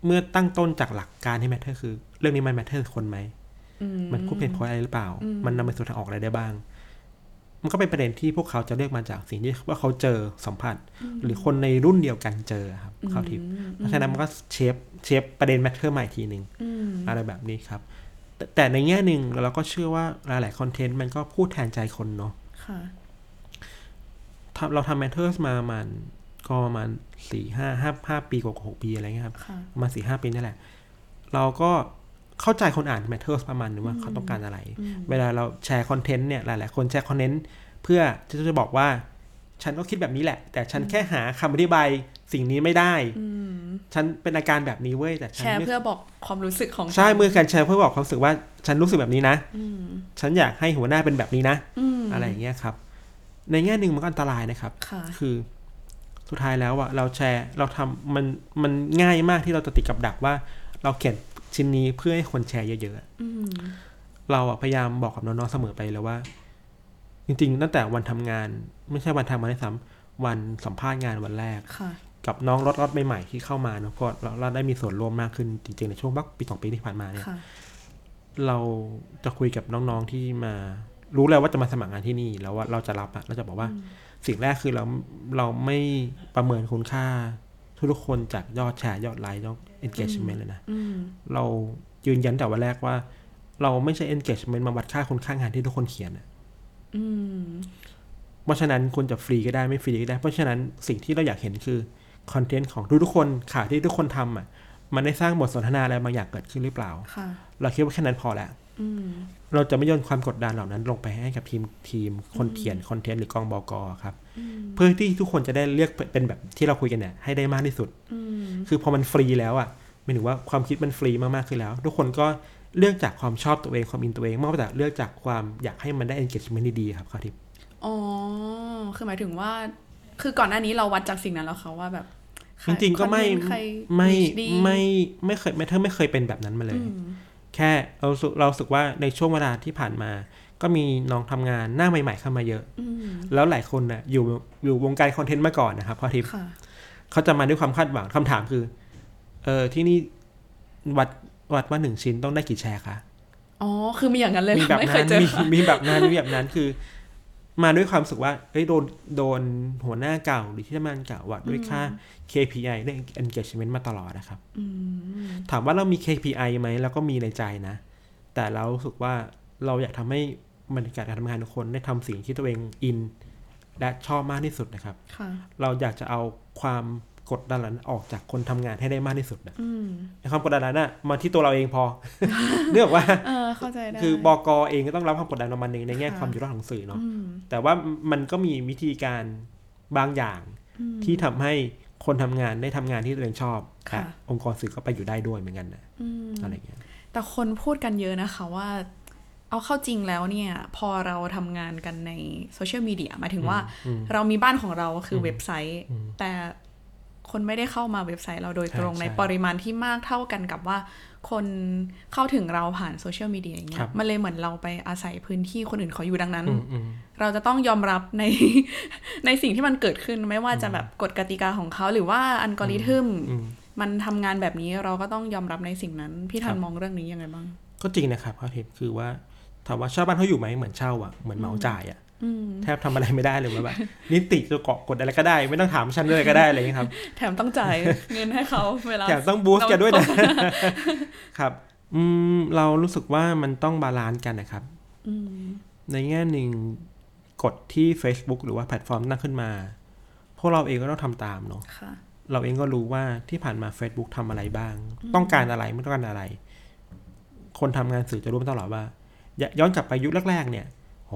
Speaker 3: เมื่อตั้งต้นจากหลักการที่ matter คือ เรื่องนี้มัน matter กับคนไหม
Speaker 2: อืม
Speaker 3: มันคู่เพนพอยอะไรหรือเปล่า
Speaker 2: อืม
Speaker 3: มันนำไปสู่ทางออกอะไรได้บ้าง มันก็เป็นประเด็นที่พวกเขาจะเลือกมาจากสิ่งที่ว่าเขาเจอสัมผัส หรือคนในรุ่นเดียวกันเจอครับเขาทิพย์
Speaker 2: อืม
Speaker 3: เพราะฉะนั้นมันก็เชฟเชฟประเด็น matter ใหม่ทีหนึ่ง
Speaker 2: อืม
Speaker 3: อะไรแบบนี้ครับ แต่แต่ในแง่หนึ่งเราก็เชื่อว่าหลายๆคอนเทนต์มันก็พูดแทนใจคนเนาะ
Speaker 2: ค่ะ
Speaker 3: ทำเราทำแมทเทอร์สมาประมาณก็ประมาณสี่ห้าห้าห้าปีกว่าหกปีอะไรเงี้ยครับ
Speaker 2: ค่ะ
Speaker 3: ประมาณสี่ห้าปีนี่แหละ เราก็เข้าใจคนอ่านแมทเทอร์สประมาณนึงว่าเขาต้องการอะไร เวลาเราแชร์คอนเทนต์เนี่ยหลาย ๆ คนแชร์คอนเทนต์เพื่อที่จะบอกว่า ฉันก็คิดแบบนี้แหละ แต่ฉันแค่หาคำอธิบายสิ่งนี้ไม่ได้
Speaker 2: อืม
Speaker 3: ฉันเป็นอาการแบบนี้เว้ยแต่ฉั
Speaker 2: แช
Speaker 3: น
Speaker 2: ร์
Speaker 3: ไม่
Speaker 2: เพื่อบอกความรู้สึกของ
Speaker 3: ใช่เมื่อการแชร์เพื่อบอกความรู้สึกว่าฉันรู้สึกแบบนี้นะ
Speaker 2: อืม
Speaker 3: ฉันอยากให้หัวหน้าเป็นแบบนี้นะ
Speaker 2: อืม
Speaker 3: อะไรอย่างเงี้ยครับ ในแง่หนึ่งมันก็อันตรายนะครับ
Speaker 2: ค่ะ
Speaker 3: คือสุดท้ายแล้วอะเราแชร์เราทำมันมันง่ายมากที่เราจะติดกับดักว่า เราเขียนชิ้นนี้เพื่อให้คนแชร์เยอะๆอะ
Speaker 2: อืม
Speaker 3: เราอะพยายามบอกกับน้องๆเสมอไปแล้วว่า จริงๆตั้งแต่วันทำงาน ไม่ใช่วันทำงานด้วยซ้ำวันสัมภาษณ์งานวันแรก
Speaker 2: ค่ะ
Speaker 3: กับน้องรถรถใหม่ๆที่เข้ามาเนอะก็เราเราได้มีส่วนร่วมมากขึ้นจริงๆในช่วงบักปีสองปีที่ผ่านมาเนี่ย
Speaker 2: ค่ะ
Speaker 3: เราจะคุยกับน้องๆที่มา รู้แล้วว่าจะมาสมัครงานที่นี่แล้วว่าเราจะรับอะเราจะบอกว่า สิ่งแรกคือเราเราไม่ประเมินคุณค่า ทุกๆคนจากยอดแชร์ยอดไลค์ยอด engagement เลยนะ
Speaker 2: อืม
Speaker 3: เรายืนยันแต่วันแรกว่า เราไม่ใช่ engagement มาวัดค่าคุณค่างานที่ทุกคนเขียนอะ
Speaker 2: อืม
Speaker 3: เพราะฉะนั้นคุณจะฟรีก็ได้ไม่ฟรีก็ได้ เพราะฉะนั้นสิ่งที่เราอยากเห็นคือคอนเทนต์ของทุกๆคนข่าวที่ทุกคนทำอ่ะมันได้สร้างบทสนทนาอะไรบางอย่างเกิดขึ้นหรือเปล่า
Speaker 2: ค่ะ
Speaker 3: เราคิดว่าแค่นั้นพอแล้ว
Speaker 2: อืม
Speaker 3: เราจะไม่โยนความกดดันเหล่านั้นลงไปให้กับทีมทีมคนเขียนคอนเทนต์หรือกองบอกอครับ เพื่อที่ทุกคนจะได้เลือกเป็นแบบที่เราคุยกันเนี่ยให้ได้มากที่สุด
Speaker 2: อืม
Speaker 3: คือพอมันฟรีแล้วอ่ะหมายถึงว่าความคิดมันฟรีมากๆขึ้นแล้ว ทุกคนก็เลือกจากความชอบตัวเองความอินตัวเองมากกว่าจากเลือกจากความอยากให้มันได้ engagement ดีๆครับครับทิพย์
Speaker 2: อ๋อ คือหมายถึงว่า คือก่อนหน้านี้เราวัดจากสิ่งนั้นแล้วค่ะว่าแบบใค
Speaker 3: จริงๆ ก็ไม่
Speaker 2: คอนเทนต์ใคร
Speaker 3: ไม่
Speaker 2: ดี
Speaker 3: ไม่ไม่เคยแมทเธอไม่เคยเป็นแบบนั้นมาเล
Speaker 2: อื
Speaker 3: ย
Speaker 2: ม
Speaker 3: แค่เรารู้สึกเรารู้สึกว่าในช่วงเวลาที่ผ่านมา ก็มีน้องทำงานหน้าใหม่ ๆ เข้ามาเยอะ
Speaker 2: อืม
Speaker 3: แล้วหลายคนน่ะอยู่อยู่วงการคอนเทนต์มาก่อนนะครับพอทิพย์
Speaker 2: ค่ะ
Speaker 3: เขาจะมาด้วยความคาดหวังคำถามคือ เออที่นี่วัดวัดว่าหนึ่งชิ้นต้องได้กี่แชร์คะ
Speaker 2: อ๋อ คือมีอย่างนั้นเลยเหร
Speaker 3: มี
Speaker 2: อ
Speaker 3: แบบ
Speaker 2: ไม่เค
Speaker 3: นั้
Speaker 2: ย
Speaker 3: น
Speaker 2: เจอ
Speaker 3: มี
Speaker 2: ค่ะ
Speaker 3: มีแบบนั้นมีแบบนั้นคือ มาด้วยความรู้สึกว่าเอ้ยโดนโดนหัวหน้าเก่าหรือที่ทำงานเก่าวัดด้วยค่า KPI เรื่อง engagement มาตลอดนะครับ
Speaker 2: อืม
Speaker 3: ถามว่าเรามี KPI ไหมเราก็มีในใจนะ แต่เรารู้สึกว่าเราอยากทำให้บรรยากาศการทำงานทุกคนได้ทำสิ่งที่ตัวเองอิน และชอบมากที่สุดนะครับ
Speaker 2: ค่ะ
Speaker 3: เราอยากจะเอาความกดดันเหล่านั้นออกจากคนทำงานให้ได้มากที่สุดนะ
Speaker 2: อืม
Speaker 3: ไอ้ความกดดันนั้นน่ะมาที่ตัวเราเองพอ *laughs* เนื่องว่า
Speaker 2: เออ เข้าใจได้
Speaker 3: คือบกเองก็ต้องรับความกดดันประมาณหนึงในแง่ความอยู่รอดของสื่อเนาะ
Speaker 2: อืม
Speaker 3: แต่ว่ามันก็มีวิธีการบางอย่าง
Speaker 2: อืม
Speaker 3: ที่ทำให้คนทำงานได้ทำงานที่ตัวเองชอบ
Speaker 2: ค่ะ
Speaker 3: แต่องค์กรสื่อก็ไปอยู่ได้ด้วยเหมือนกันนะ
Speaker 2: อืม
Speaker 3: อะไรอย่างเงี้ย
Speaker 2: แต่คนพูดกันเยอะนะคะว่า เอาเข้าจริงแล้วเนี่ย พอเราทำงานกันในโซเชียลมีเดียหมายถึงว่า เรามีบ้านของเราคืออเว็บไซต์ แต่ค คนไม่ได้เข้ามาเว็บไซต์เราโดยตรง
Speaker 3: ใช่
Speaker 2: ใน
Speaker 3: ใช่
Speaker 2: ปริมาณที่มากเท่ากันกับว่า คนเข้าถึงเราผ่านโซเชียลมีเดียอย่างเงี้
Speaker 3: ครั
Speaker 2: ย
Speaker 3: บ
Speaker 2: มันเลยเหมือนเราไปอาศัยพื้นที่คนอื่นเขาอยู่ดังนั้น
Speaker 3: อืมอืม
Speaker 2: เราจะต้องยอมรับใน *laughs* ในสิ่งที่มันเกิดขึ้นไม่ว่าจะแบบกฎกติกาของเขาหรือว่าอัลกอริทึม
Speaker 3: อืม
Speaker 2: มันทำงานแบบนี้เราก็ต้องยอมรับในสิ่งนั้น พี่ทั
Speaker 3: คน รับ
Speaker 2: มองเรื่องนี้ยังไงบ้าง
Speaker 3: ก็จริงนะครับข้อเท็จคือว่าถามว่าเช่าบ้านเขาอยู่ไหมเหมือนเช่าอ่ะเหมือนเหมาจ่ายอ่ะ
Speaker 2: อืม
Speaker 3: แทบทำอะไรไม่ได้เลยว่าแบบ *laughs* นิติจะเกาะกดอะไรก็ได้ ไม่ต้องถามฉันเลยก็ได้อะไรอย่างเงี้ย
Speaker 2: *laughs*
Speaker 3: ครับ
Speaker 2: แถมต้อง
Speaker 3: *laughs*
Speaker 2: จ่าย เงินให้เขาเวลา
Speaker 3: แถมต้องบูสต์
Speaker 2: เรา
Speaker 3: กันด้วยนะ ครับ อืมเรารู้สึกว่ามันต้องบาลานซ์กันนะครับ
Speaker 2: อืม
Speaker 3: ในแง่หนึ่งกฎที่ Facebook หรือว่าแพลตฟอร์มตั้งขึ้นมา พวกเราเองก็ต้องทำตามเนาะ
Speaker 2: ค่ะ
Speaker 3: เราเองก็รู้ว่าที่ผ่านมา Facebook ทำอะไรบ้าง ต้องการอะไรไม่ต้องการอะไร คนทำงานสื่อจะรู้มาตลอดว่าย้ย้อนกลับไปยุคแรกๆ เนี่ยโห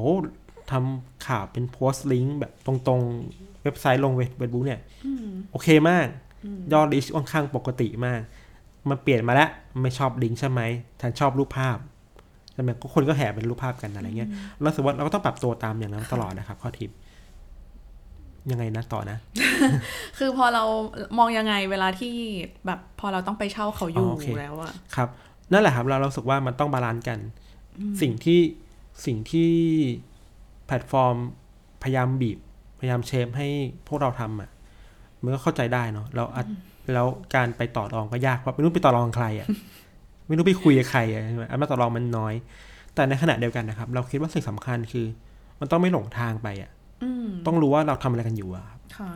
Speaker 3: ทำข่าวเป็นโพสต์ลิงก์แบบตรงๆ เว็บไซต์ลงเว็บบุ๊กเนี่ย
Speaker 2: อืม
Speaker 3: โอเคมาก ยอดลิชค่อนข้างปกติมาก มันเปลี่ยนมาแล้ว ไม่ชอบลิงก์ใช่ไหมฉันชอบรูปภาพใช่ไหมก็คนก็แห่เป็นรูปภาพกันอะไรเงี้ยเรารู้สึกว่าเราก็ต้องปรับตัวตามอย่างนั้นตลอดนะครับ ข้อทิปยังไงนะต่อนะ
Speaker 2: คือพอเรามองยังไงเวลาที่แบบพอเราต้องไปเช่าเขาอ
Speaker 3: อ๋
Speaker 2: ยู่
Speaker 3: อโอเค
Speaker 2: แล้วอะ
Speaker 3: ครับ นั่นแหละครับ เราเรารู้สึกว่ามันต้องบาลานซ์กัน สิ่งที่สิ่งที่แพลตฟอร์ม พยายามบีบ พยายามเชฟให้พวกเราทำอ่ะมันก็เข้าใจได้เนาะเราอาจแล้วการไปต่อรองก็ยากเพราะไม่รู้ไปต่อรองใครอ่ะ
Speaker 2: *laughs*
Speaker 3: ไม่รู้ไปคุยกับใครอ่ะใช่ไหมอำนาจต่อรองมันน้อย แต่ในขณะเดียวกันนะครับ เราคิดว่าสิ่งสำคัญคือ มันต้องไม่หลงทางไปอ่ะ
Speaker 2: อืม
Speaker 3: ต้องรู้ว่าเราทำอะไรกันอยู่อ่ะ
Speaker 2: ค่ะ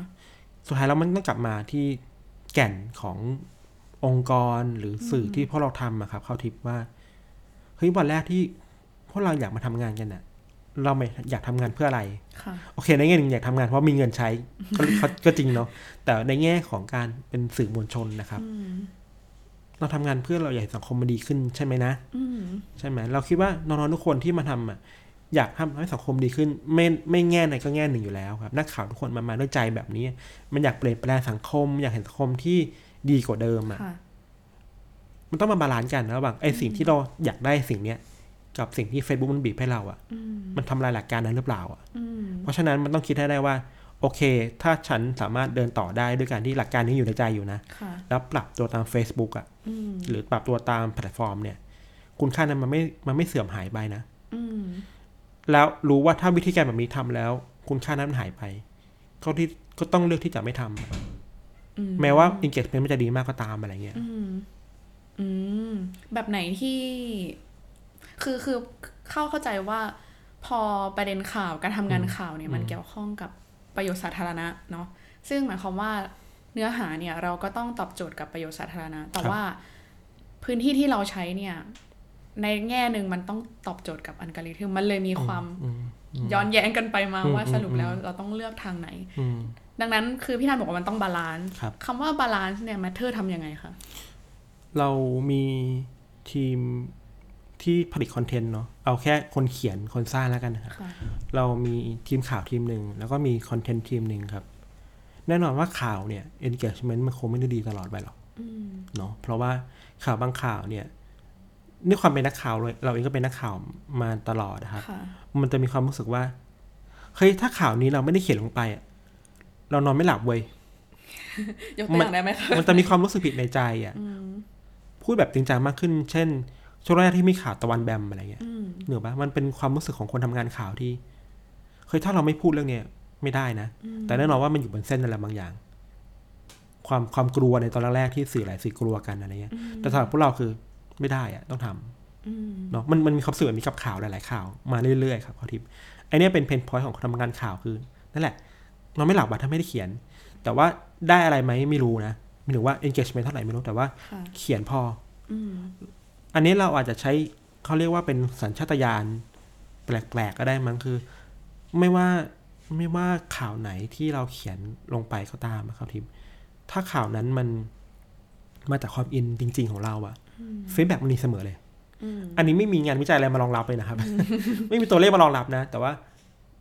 Speaker 3: สุดท้ายแล้วมันต้องกลับมาที่แก่นขององค์กรหรือสื่อที่พวกเราทำอะครับ เข้าทิปว่าเฮ้ยวันแรกที่พวกเราอยากมาทำงานกันน่ะ เราไม่อยากทำงานเพื่ออะไร
Speaker 2: ค่ะ
Speaker 3: โอเค ในแง่หนึ่งอยากทำงานเพราะมีเงินใช้ก็ก็ก็จริงเนาะแต่ในแง่ของการเป็นสื่อมวลชนนะครับ
Speaker 2: อืม
Speaker 3: เราทำงานเพื่อเราอยากให้สังคมมันดีขึ้นใช่ไหมนะ
Speaker 2: อืม
Speaker 3: ใช่ไหมเราคิดว่าน้องๆทุกคนที่มาทำอ่ะอยากทำให้สังคมดีขึ้น ไม่ไม่แง่ไหนก็แง่หนึ่งอยู่แล้วครับ นักข่าวทุกคนมามาด้วยใจแบบนี้ มันอยากเปลี่ยนแปลงสังคม อยากเห็นสังคมที่ดีกว่าเดิมอ่ะ
Speaker 2: ค่ะ
Speaker 3: มันต้องมาบาลานซ์กันระหว่างไอ้สิ่งที่เราอยากได้สิ่งเนี้ยกับสิ่งที่ Facebook มันบีบให้เราอ่ะ
Speaker 2: อืม
Speaker 3: มันทำลายหลักการนั้นหรือเปล่าอ่ะ
Speaker 2: อืม
Speaker 3: เพราะฉะนั้นมันต้องคิดให้ได้ว่า โอเค ถ้าฉันสามารถเดินต่อได้ด้วยการที่หลักการนี้อยู่ในใจอยู่นะ
Speaker 2: ค่ะ
Speaker 3: แล้วปรับตัวตาม Facebook อ่ะ
Speaker 2: อืม
Speaker 3: หรือปรับตัวตามแพลตฟอร์มเนี่ย คุณค่านั้นมันไม่มันไม่เสื่อมหายไปนะ
Speaker 2: อืม
Speaker 3: แล้วรู้ว่าถ้าวิธีการแบบนี้ทำแล้ว คุณค่านั้นมันหายไป ก็ที่ก็ต้องเลือกที่จะไม่ทำ
Speaker 2: อืม
Speaker 3: แม้ว่า engagement มันจะดีมากก็ตามอะไรเงี้ย
Speaker 2: อืม อืม แบบไหนที่ คือคือเข้าเข้าใจว่า พอประเด็นข่าวการทำงานข่าวเนี่ย มันเกี่ยวข้องกับประโยชน์สาธารณะเนาะซึ่งหมายความว่าเนื้อหาเนี่ย เราก็ต้องตอบโจทย์กับประโยชน์สาธารณะ แต่
Speaker 3: ครับ
Speaker 2: ว่าพื้นที่ที่เราใช้เนี่ย ในแง่หนึ่งมันต้องตอบโจทย์กับอันกริทึมมันเลยมีความ
Speaker 3: อืม
Speaker 2: ย้อนแย้งกันไปมา
Speaker 3: อืม
Speaker 2: ว่าสรุป
Speaker 3: อืม
Speaker 2: แล้วเราต้องเลือกทางไหน
Speaker 3: อืม
Speaker 2: ดังนั้นคือพี่ธันบอกว่ามันต้องบาลานซ์
Speaker 3: ครับ
Speaker 2: คำว่าบาลานซ์เนี่ยแมทเทอร์ทำยังไงคะ
Speaker 3: เรามีทีมที่ผลิตคอนเทนต์เนาะเอาแค่คนเขียนคนสร้างแล้วกันนะครับ
Speaker 2: ค่ะ
Speaker 3: เรามีทีมข่าวทีมหนึ่ง แล้วก็มีคอนเทนต์ทีมหนึ่งครับ แน่นอนว่าข่าวเนี่ย engagement มันคงไม่ได้ดีตลอดไปหรอกเนาะเพราะว่าข่าวบางข่าวเนี่ยด้วยความเป็นนักข่าวเลยเราเองก็เป็นนักข่าวมาตลอดนะครับ
Speaker 2: ค่ะ
Speaker 3: มันจะมีความรู้สึกว่า เฮ้ย ถ้าข่าวนี้เราไม่ได้เขียนลงไปอะเรานอนไม่หลับเว้ย
Speaker 2: ยกตัวอย่างได้ไหมคะ
Speaker 3: *laughs* มันจะมีความรู้สึกผิดในใจอะ่ะ พูดแบบจริงจังมากขึ้น เช่น ช่วงแรกที่มีข่าวตะวันแบมอะไรเงี้ยเหนือปะมันเป็นความรู้สึกของคนทำงานข่าวที่ เคยถ้าเราไม่พูดเรื่องเนี้ยไม่ได้นะ แต่แน่นอนว่ามันอยู่บนเส้นอะไรบางอย่าง ความความกลัวในตอนแรกๆที่สื่อหลายสื่อกลัวกันอะไรเงี้ย แต่สำหรับพวกเราคือไม่ได้อะต้องทำ
Speaker 2: อืม
Speaker 3: เนาะมันมันมีความรู้สื่อแบบนี้กับข่าวหลาย ๆ ข่าวมาเรื่อย ๆ ครับข้อทิพย์ไอเนี้ยเป็นเพนพอยต์ของคนทำงานข่าวคือนั่นแหละนอนไม่หลับบัตรถ้าไม่ได้เขียน แต่ว่าได้อะไรไหมไม่รู้นะไม่ถึงว่า engagement เท่าไหร่ไม่รู้แต่ว่า
Speaker 2: ค่ะ
Speaker 3: เขียนพอ
Speaker 2: อืม
Speaker 3: อันนี้เราอาจจะใช้เขาเรียกว่าเป็นสัญชาตญาณแปลก ๆ ก็ได้มั้งคือ ไม่ว่าไม่ว่าข่าวไหนที่เราเขียนลงไปก็ตามอะครับทิมถ้าข่าวนั้นมันมาจากความอินจริง ๆ ของเราอะฟีดแบ็มันดีเสมอเลย
Speaker 2: อืม
Speaker 3: อันนี้ไม่มีงานวิจัยอะไรมารองรับเลยนะครับ *laughs* ไม่มีตัวเลขมารองรับนะ แต่ว่า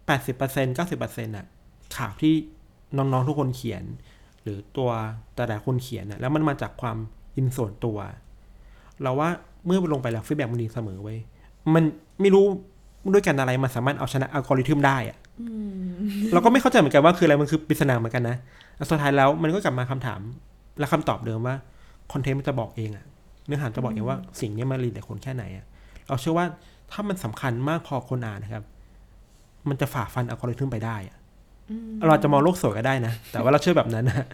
Speaker 3: 80% 90%น่ะข่าวที่น้อง ๆ ทุกคนเขียน หรือตัวแต่ละคนเขียนน่ะแล้วมันมาจากความอินส่วนตัว เราว่าเมื่อลงไปแล้วฟีดแบ็มันดีเสมอเว้ยมันไม่รู้ด้วยกันอะไร มันสามารถเอาชนะอัลกอริทึมได้อะ
Speaker 2: อืม
Speaker 3: เราก็ไม่เข้าใจเหมือนกันว่าคืออะไรมันคือปริศนาเหมือนกันนะ แล้วสุดท้ายแล้วมันก็กลับมาคำถามและคำตอบเดิมว่าคอนเทนต์มันจะบอกเองอะเนื้อหาจะบอกเองว่าสิ่งเนี้ยมันรีแต่คนแค่ไหนอะเราเชื่อว่าถ้ามันสำคัญมากพอคนอ่านนะครับ มันจะฝ่าฟันอัลกอริทึมไปได้อะเราจะมองโลกสวยก็ได้นะ แต่ว่าเราเชื่อแบบนั้นนะ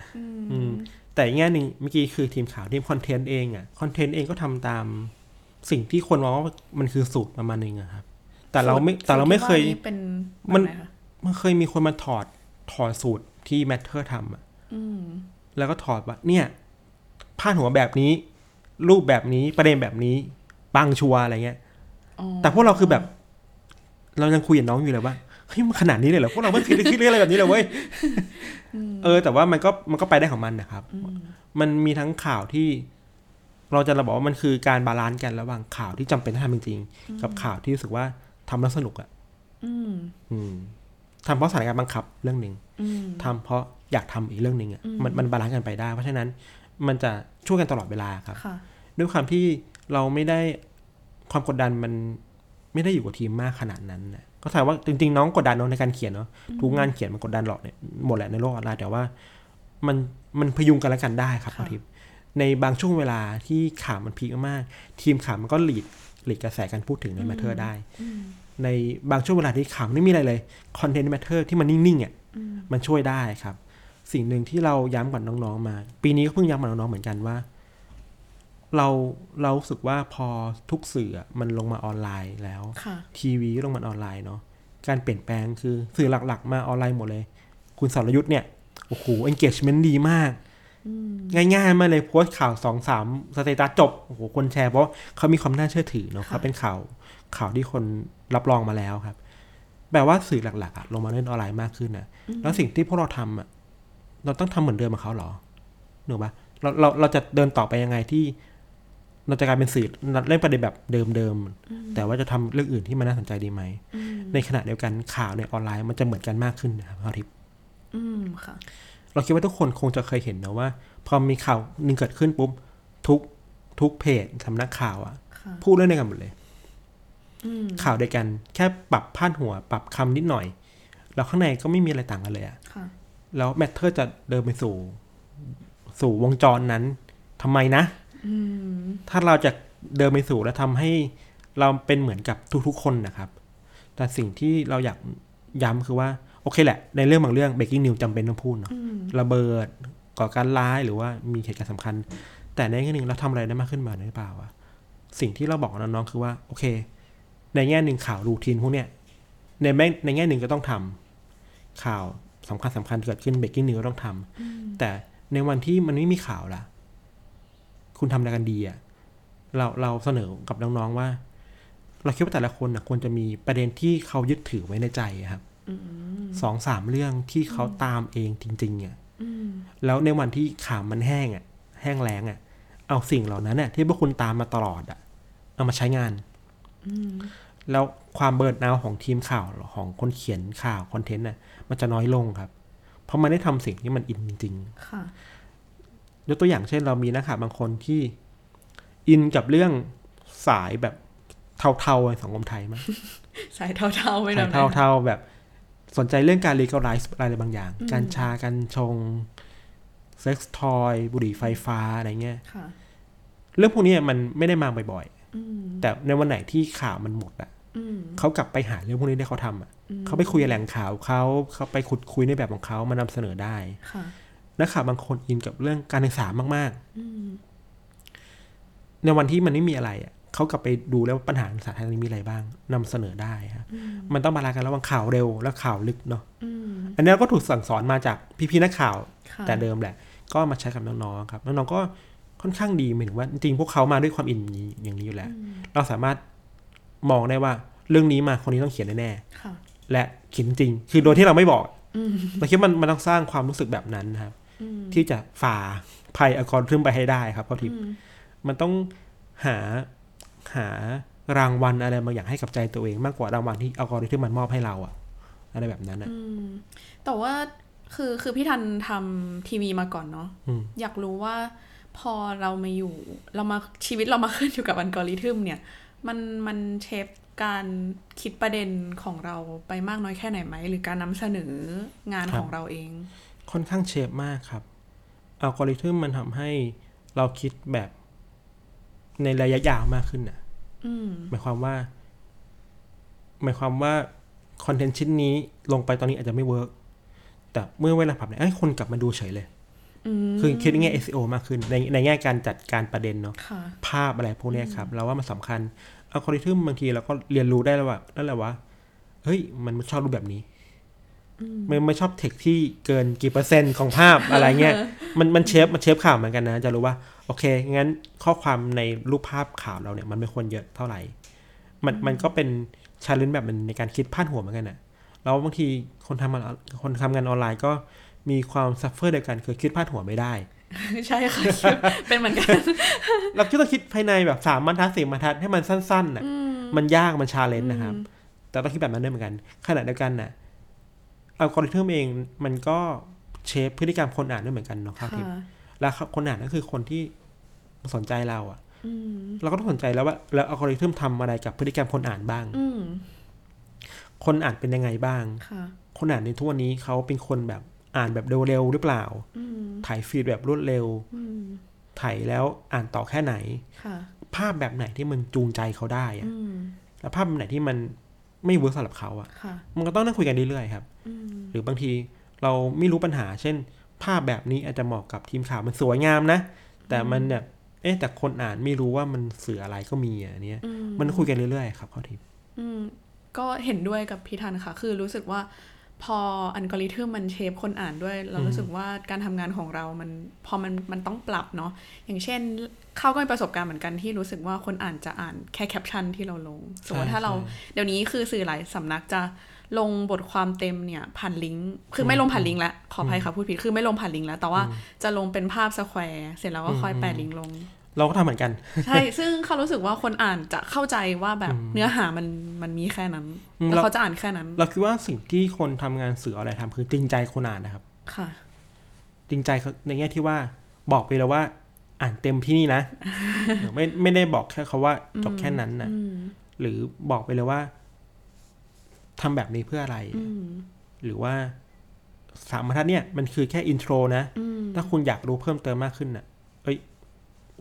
Speaker 3: อืมแต่อีกแง่หนึ่งเมื่อกี้คือทีมข่าวทีมคอนเทนต์เองอะคอนเทนต์เองก็ทำตามสิ่งที่คนมองว่ามันคือสูตรประมาณหนึงอะครับ แต่เราไม่แต่เราไม่เคย
Speaker 2: สูตที่ว่านี่เป็น
Speaker 3: มัน
Speaker 2: แบบไหคะ
Speaker 3: มันเคยมีคนมาถอดถอดสูตรที่แมทเทอร์ทำอะแล้วก็ถอดว่าเนี่ยพาดหัวแบบนี้ รูปแบบนี้ประเด็นแบบนี้ปังชัวร์อะไรเงี้ย
Speaker 2: อ๋อ
Speaker 3: แต่พวกเราคือแบบ เรายังคุยกับน้องอยู่เลยว่าเฮ้ยมันขนาดนี้เลยเหรอพวกเราไม่เคยได้คิดเรื่องอะไรแบบนี้เลยเว้ยเออ *laughs* แต่ว่ามันก็มันก็ไปได้ของมันนะครับ มันมีทั้งข่าวที่ เราจะเราบอกว่ามันคือการบาลานซ์กันระหว่างข่าวที่จำเป็นต้องทำจริงๆกับข่าวที่รู้สึกว่าทำแล้วสนุกอะ
Speaker 2: อืม
Speaker 3: อืมทำเพราะสถานการณ์บังคับเรื่องหนึ่ง
Speaker 2: อืม
Speaker 3: ทำเพราะอยากทำอีกเรื่องหนึ่งอ่ะมันมันบาลานซ์กันไปได้ เพราะฉะนั้นมันจะช่วยกันตลอดเวลาครับ
Speaker 2: ค่ะ
Speaker 3: ด้วยความที่เราไม่ได้ความกดดันมันไม่ได้อยู่กับทีมมากขนาดนั้นนะก็แสดงว่าจริงๆ น้องกดดันเนอะในการเขียนเนาะทุกงานเขียนมันกดดันหรอกเนี่ยหมดแหละในโลกออนไลน์แต่ว่า มันมันพยุงกันและกันได้ครับ
Speaker 2: ค่ะ
Speaker 3: คุณทิพย์ในบางช่วงเวลาที่ข่าวมันพีคมากๆทีมข่าวมันก็หลีดหลีดกระแสการพูดถึงในแมทเทอร์ได้ ในบางช่วงเวลาที่ข่าวไม่มีอะไรเลยคอนเทนต์แมทเทอร์ที่มันนิ่งๆอ่ะมันช่วยได้ครับ สิ่งหนึ่งที่เราย้ำกับน้องๆมา ปีนี้ก็เพิ่งย้ำกับน้องๆเหมือนกันว่า เราเรารู้สึกว่าพอทุกสื่ออะมันลงมาออนไลน์แล้ว
Speaker 2: ค่ะ
Speaker 3: ทีวีก็ลงมาออนไลน์เนาะการเปลี่ยนแปลงคือสื่อหลักๆ มาออนไลน์หมดเลย คุณสรยุทธ์เนี่ยโอ้โห engagement ดีมาก ง่ายๆมากเลยโพสต์ข่าวสองสามสเตตัสจบโอ้โหคนแชร์เพราะเขามีความน่าเชื่อถือเนาะ
Speaker 2: ค่ะ
Speaker 3: เขาเป็นข่าวข่าวที่คนรับรองมาแล้วครับ แปลว่าสื่อหลักๆอะลงมาเล่นออนไลน์มากขึ้นนะแล้วสิ่งที่พวกเราทำอะเราต้องทำเหมือนเดิมกับเขาเหรอหนูปะเราเราเราจะเดินต่อไปยังไงที่ เราจะกลายเป็นสื่อเล่นประเด็นแบบเดิมๆแต่ว่าจะทำเรื่องอื่นที่มันน่าสนใจดีไหม ในขณะเดียวกันข่าวในออนไลน์มันจะเหมือนกันมากขึ้นนะครับอาทิตย์
Speaker 2: อืมค่ะ
Speaker 3: เราคิดว่าทุกคนคงจะเคยเห็นนะว่า พอมีข่าวหนึ่งเกิดขึ้นปุ๊บทุกทุกเพจสำนักข่าวอะ
Speaker 2: ค่ะ
Speaker 3: พูดเรื่องเดียวกันหมดเลย
Speaker 2: อืม
Speaker 3: ข่าวเดียวกัน แค่ปรับพาดหัว ปรับคำนิดหน่อย แล้วข้างในก็ไม่มีอะไรต่างกันเลยอะ
Speaker 2: ค่ะ
Speaker 3: แล้วแมทเทอร์จะเดินไปสู่ สู่วงจรนั้นทำไมนะ ถ้าเราจะเดินไปสู่และทำให้เราเป็นเหมือนกับทุกๆคนนะครับ แต่สิ่งที่เราอยากย้ำคือว่า โอเคแหละ ในเรื่องบางเรื่องเบรกิ้งนิวจำเป็นต้องพูดเนาะระเบิดก่อการร้ายหรือว่ามีเหตุการณ์สำคัญ แต่ในแง่หนึ่งเราทำอะไรได้มากขึ้นมาหรือเปล่าวะสิ่งที่เราบอกกับน้องๆคือว่า โอเค ในแง่หนึ่งข่าวรูทีนพวกเนี้ยในแม่ในแง่หนึ่งก็ต้องทำ ข่าวสำคัญสำคัญเกิดขึ้นเบรกกิ้งนิวต้องทำแต่ในวันที่มันไม่มีข่าวล่ะ คุณทำอะไรกันดีอะเราเราเสนอกับน้องๆว่า เราคิดว่าแต่ละคนนะควรจะมีประเด็นที่เขายึดถือไว้ในใจอะครับสองสามเรื่องที่เขาตามเองจริงๆอะแล้วในวันที่ข่าวมันแห้งอะแห้งแล้งอะเอาสิ่งเหล่านั้นอะที่พวกคุณตามมาตลอดอะเอามาใช้งาน แล้วความเบิร์นเอาท์ของทีมข่าวของคนเขียนข่าวคอนเทนต์น่ะมันจะน้อยลงครับ เพราะมันได้ทำสิ่งที่มันอินจริง
Speaker 2: ค่ะ
Speaker 3: ๆยกตัวอย่างเช่นเรามีนักข่าวบางคนที่อินกับเรื่องสายแบบเทาๆในสังคมไทยมาก
Speaker 2: สายเทาๆไปหน่
Speaker 3: สา
Speaker 2: อย ย
Speaker 3: เทาๆแบบสนใจเรื่องการ legalize อะไรบางอย่าง การชาการชงเซ็กซ์ทอยบุหรี่ไฟฟ้าอะไรเงี้ย
Speaker 2: ค่ะ
Speaker 3: เรื่องพวกเนี้ยมันไม่ได้มาบ่อย
Speaker 2: อืม
Speaker 3: ๆ แต่ในวันไหนที่ข่าวมันหมดอะ
Speaker 2: อืม
Speaker 3: เขากลับไปหาเรื่องพวกนี้ได้เขาทำอ่ะ เขาไปคุยกับแหล่งข่าวเขาเขาไปขุดคุยในแบบของเขามานำเสนอได้
Speaker 2: ค่ะ
Speaker 3: นักข่าวบางคนอินกับเรื่องการศึกษามาก
Speaker 2: อืม
Speaker 3: ๆ ในวันที่มันไม่มีอะไรอ่ะเขากลับไปดูแล้วว่าปัญหาในสาธารณะมีอะไรบ้างนำเสนอได้ครับมันต้องบาลานซ์กันระหว่างข่าวเร็วและข่าวลึกเนาะ
Speaker 2: อืม
Speaker 3: อันนี้เราก็ถูกสั่งสอนมาจากพี่ๆนักข่าว
Speaker 2: ค่ะ
Speaker 3: แต่เดิมแหละ ก็มาใช้กับน้องๆครับ น้องๆก็ค่อนข้างดีหมายถึงว่าจริงๆพวกเขามาด้วยความอินอย่างนี้อยู่แล้ว เราสามารถมองได้ว่าเรื่องนี้มาคนนี้ต้องเขียนแน่ๆ
Speaker 2: ค่ะ
Speaker 3: และเขียนจริง คือโดยที่เราไม่บอกเราคิดว่ามันมันต้องสร้างความรู้สึกแบบนั้นนะครับ ที่จะฝ่าภัยอากรขึ้นไปให้ได้ครับเพราะทิพย์มันต้องหาหารางวัลอะไรบางอย่างให้กับใจตัวเอง มากกว่ารางวัลที่อากรที่มันมอบให้เราอะอะไรแบบนั้นอะ
Speaker 2: อืม แต่ว่าคือคือพี่ทันทำทีวีมาก่อนเนาะ
Speaker 3: อืม
Speaker 2: อยากรู้ว่าพอเรามาอยู่ เรามาชีวิตเรามาขึ้นอยู่กับอัลกอริทึมเนี่ย มันมันเชฟการคิดประเด็นของเราไปมากน้อยแค่ไหนไหม หรือการนำเสนองาน
Speaker 3: ครับ
Speaker 2: ของเราเอง
Speaker 3: ค่อนข้างเชฟมากครับอัลกอริทึมมันทำให้เราคิดแบบในระยะยาวมากขึ้นน่ะ
Speaker 2: อืม
Speaker 3: หมายความว่า หมายความว่าคอนเทนต์ชิ้นนี้ลงไปตอนนี้อาจจะไม่เวิร์กแต่เมื่อเวลาผ่านไปเอ้ยคนกลับมาดูเฉยเลย
Speaker 2: อืม
Speaker 3: คือคิดในแง่ SEO มากขึ้น ในในแง่การจัดการประเด็นเนาะ *laughs*
Speaker 2: ค่ะ
Speaker 3: ภาพอะไรพวกเนี้ยครับ เราว่ามันสำคัญอัลกอริทึมบางทีเราก็เรียนรู้ได้แล้วว่านั่นแหละว่า เฮ้ย มันชอบรูปแบบนี้ไม่ไม่ชอบเทคที่เกินกี่เปอร์เซ็นต์ของภา *laughs* พ อะไรเงี้ยมันมันเชฟมันเชฟข่าวเหมือนกันนะ จะรู้ว่า โอเค งั้นข้อความในรูปภาพข่าวเราเนี่ย มันไม่ควรเยอะเท่าไหร่ มันมันก็เป็นชาเลนจ์แบบหนึงในการคิดพาดหัวเหมือนกันนะแล้วบางทีคนทำงานคนทำงานออนไลน์ก็มีความซัฟเฟอร์เดียวกันคือคิดพาดหัวไม่ได้
Speaker 2: ใช่ค่ะ *laughs* คิดเป็นเหมือนกัน
Speaker 3: เราก็ต้องคิดภายในแบบสามบรรทัดสี่บรรทัดให้มันสั้นๆน่ะ มันยากมันชาเลนจ์นะครับ แต่ต้องคิดแบบนั้นด้วยเหมือนกัน ขณะเดียวกันน่ะอัลกอริทึมเองมันก็เชฟพฤติกรรมคนอ่านด้วยเหมือนกันเนาะครับทิพย์
Speaker 2: ค่ะ
Speaker 3: แล้วครับคนอ่านก็คือคนที่สนใจเราอะ
Speaker 2: อืม
Speaker 3: เราก็ต้องสนใจแล้วว่าแล้วอัลกอริทึมทำอะไรกับพฤติกรรมคนอ่านบ้าง
Speaker 2: อืม
Speaker 3: คนอ่านเป็นยังไงบ้าง
Speaker 2: ค่ะ
Speaker 3: คนอ่านในทุกวันนี้เขาเป็นคนแบบอ่านแบบเร็วๆหรือเปล่า
Speaker 2: อืม
Speaker 3: ถ่ายฟีดแบบรวดเร็ว
Speaker 2: อืม
Speaker 3: ถ่ายแล้วอ่านต่อแค่ไหน
Speaker 2: ค่ะ
Speaker 3: ภาพแบบไหนที่มันจูงใจเขาได้อะ
Speaker 2: อืม
Speaker 3: แล้วภาพแบบไหนที่มันไม่เวิร์กสำหรับเขาอะ
Speaker 2: ค่ะ
Speaker 3: มันก็ต้องนั่งคุยกันเรื่อยๆครับ
Speaker 2: อืม
Speaker 3: หรือบางทีเราไม่รู้ปัญหา เช่น ภาพแบบนี้อาจจะเหมาะกับทีมข่าวมันสวยงามนะ แต่มันแบบ เอ๊ะแต่คนอ่านไม่รู้ว่ามันสื่ออะไรก็มีอะอันเนี้ย
Speaker 2: อืม
Speaker 3: มันคุยกันเรื่อยๆครับข้อทิพย์
Speaker 2: อืมก็เห็นด้วยกับพี่ทันค่ะ คือรู้สึกว่าพออัลกอริทึมมันเชฟคนอ่านด้วย เรารู้สึกว่าการทำงานของเรา มันพอมันมันต้องปรับเนาะ อย่างเช่น เข้าก็มีประสบการณ์เหมือนกันที่รู้สึกว่าคนอ่านจะอ่านแค่แคปชั่นที่เราลง สมมติถ้าเรา เดี๋ยวนี้คือสื่อหลายสำนักจะลงบทความเต็มเนี่ยผ่านลิงก์ คือไม่ลงผ่านลิงก์ละ ขออภัยค่ะพูดผิด คือไม่ลงผ่านลิงก์แล้ว แต่ว่าจะลงเป็นภาพสแควร์เสร็จแล้วก็ค่อยแปะลิงก์ลง
Speaker 3: เราก็ทำเหมือนกัน
Speaker 2: ใช่ ซึ่งเขารู้สึกว่าคนอ่านจะเข้าใจว่าแบบเนื้อหามันมันมีแค่นั้น
Speaker 3: อืม
Speaker 2: แล้ว
Speaker 3: เรา
Speaker 2: เขาจะอ่านแค่นั้น
Speaker 3: เราคิดว่าสิ่งที่คนทำงานสื่ออะไรทำคือจริงใจคนอ่านนะครับ
Speaker 2: ค่ะ
Speaker 3: จริงใจเขาในแง่ที่ว่าบอกไปแล้วว่า อ่านเต็มที่นี่
Speaker 2: *laughs*
Speaker 3: นะ เออไม่ไม่ได้บอกแค่เขาว่าจบแค่นั้นนะ
Speaker 2: อืม
Speaker 3: หรือบอกไปเลยว่าทำแบบนี้เพื่ออะไร
Speaker 2: อืม
Speaker 3: หรือว่าสามบรรทัดเนี่ยมันคือแค่อินโทรนะ
Speaker 2: อืม
Speaker 3: ถ้าคุณอยากรู้เพิ่มเติมมากขึ้นน่ะ เอ้ย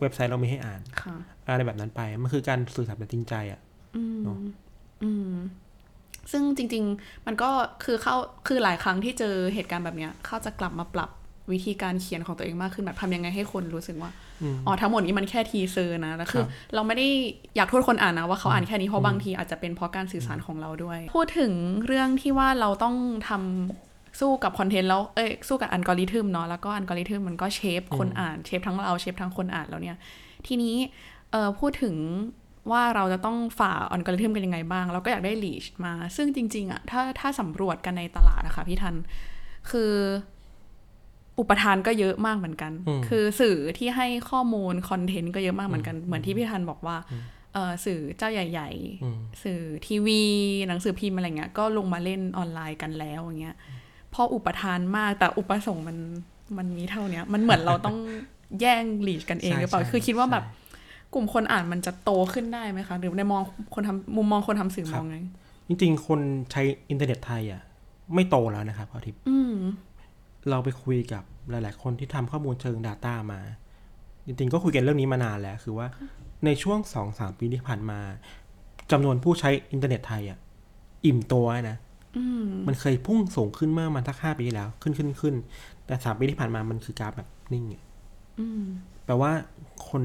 Speaker 3: เว็บไซต์เรามีให้อ่าน
Speaker 2: ค่ะ
Speaker 3: อะไรแบบนั้นไป มันคือการสื่อสารแบบจริงใจอะ
Speaker 2: อืม
Speaker 3: เนอะ
Speaker 2: อืม ซึ่งจริง ๆ มันก็คือเข้า คือหลายครั้งที่เจอเหตุการณ์แบบเนี้ย เขาจะกลับมาปรับวิธีการเขียนของตัวเองมากขึ้นแบบทำยังไงให้คนรู้สึกว่า
Speaker 3: อืม
Speaker 2: อ๋อ ทั้งหมดนี้มันแค่ทีเซอร์นะ แล้วคือ
Speaker 3: ครับ
Speaker 2: เราไม่ได้อยากโทษคนอ่านนะว่าเขาอ่านแค่นี้เพราะบางทีอาจจะเป็นเพราะการสื่อสารของเราด้วย พูดถึงเรื่องที่ว่าเราต้องทำสู้กับคอนเทนต์แล้วเอ้ยสู้กับอัลกอริทึมเนาะแล้วก็อัลกอริทึมมันก็เชฟคนอ่านเชฟทั้งเราเชฟทั้งคนอ่านแล้วเนี่ย ทีนี้เอ่อพูดถึงว่าเราจะต้องฝ่าอัลกอริทึมกันยังไงบ้าง เราก็อยากได้ลีชมา ซึ่งจริงๆอะถ้าถ้าสำรวจกันในตลาดนะคะพี่ทันคือ อุปทานก็เยอะมากเหมือนกัน
Speaker 3: อืม
Speaker 2: คือสื่อที่ให้ข้อมูลคอนเทนต์ก็เยอะมากเหมือนกัน เหมือนที่พี่ทันบอกว่าเอ่อสื่อเจ้าใหญ่ ๆ
Speaker 3: อืม
Speaker 2: สื่อทีวี หนังสือพิมพ์อะไรเงี้ยก็ลงมาเล่นออนไลน์กันแล้วอย่างเงี้ยพออุปทานมากแต่อุปสงค์มันมันมีเท่าเนี้ย มันเหมือนเราต้อง แย่งลีดกันเอง
Speaker 3: ใช่
Speaker 2: หรือเปล่า
Speaker 3: ใช่
Speaker 2: คือคิดว่า
Speaker 3: ใช่
Speaker 2: แบบกลุ่มคนอ่านมันจะโตขึ้นได้ไหมคะ หรือในมองคนทำมุมมองคนทำสื่อมองไง
Speaker 3: จริงๆ คนใช้อินเทอร์เน็ตไทยอ่ะ ไม่โตแล้วนะครับพอทิพย์
Speaker 2: อืม
Speaker 3: เราไปคุยกับหลาย ๆ คนที่ทำข้อมูลเชิง Data มา จริงๆ ก็คุยกันเรื่องนี้มานานแล้ว คือว่าในช่วงสองสามปีที่ผ่านมาจำนวนผู้ใช้อินเทอร์เน็ตไทยอ่ะ อิ่มตัวนะ
Speaker 2: อืม
Speaker 3: มันเคยพุ่งสูงขึ้นเมื่อมันทักห้าปีที่แล้ว ขึ้นขึ้นขึ้น แต่สามปีที่ผ่านมามันคือกราฟแบบนิ่งอะ
Speaker 2: อืม
Speaker 3: แปลว่าคน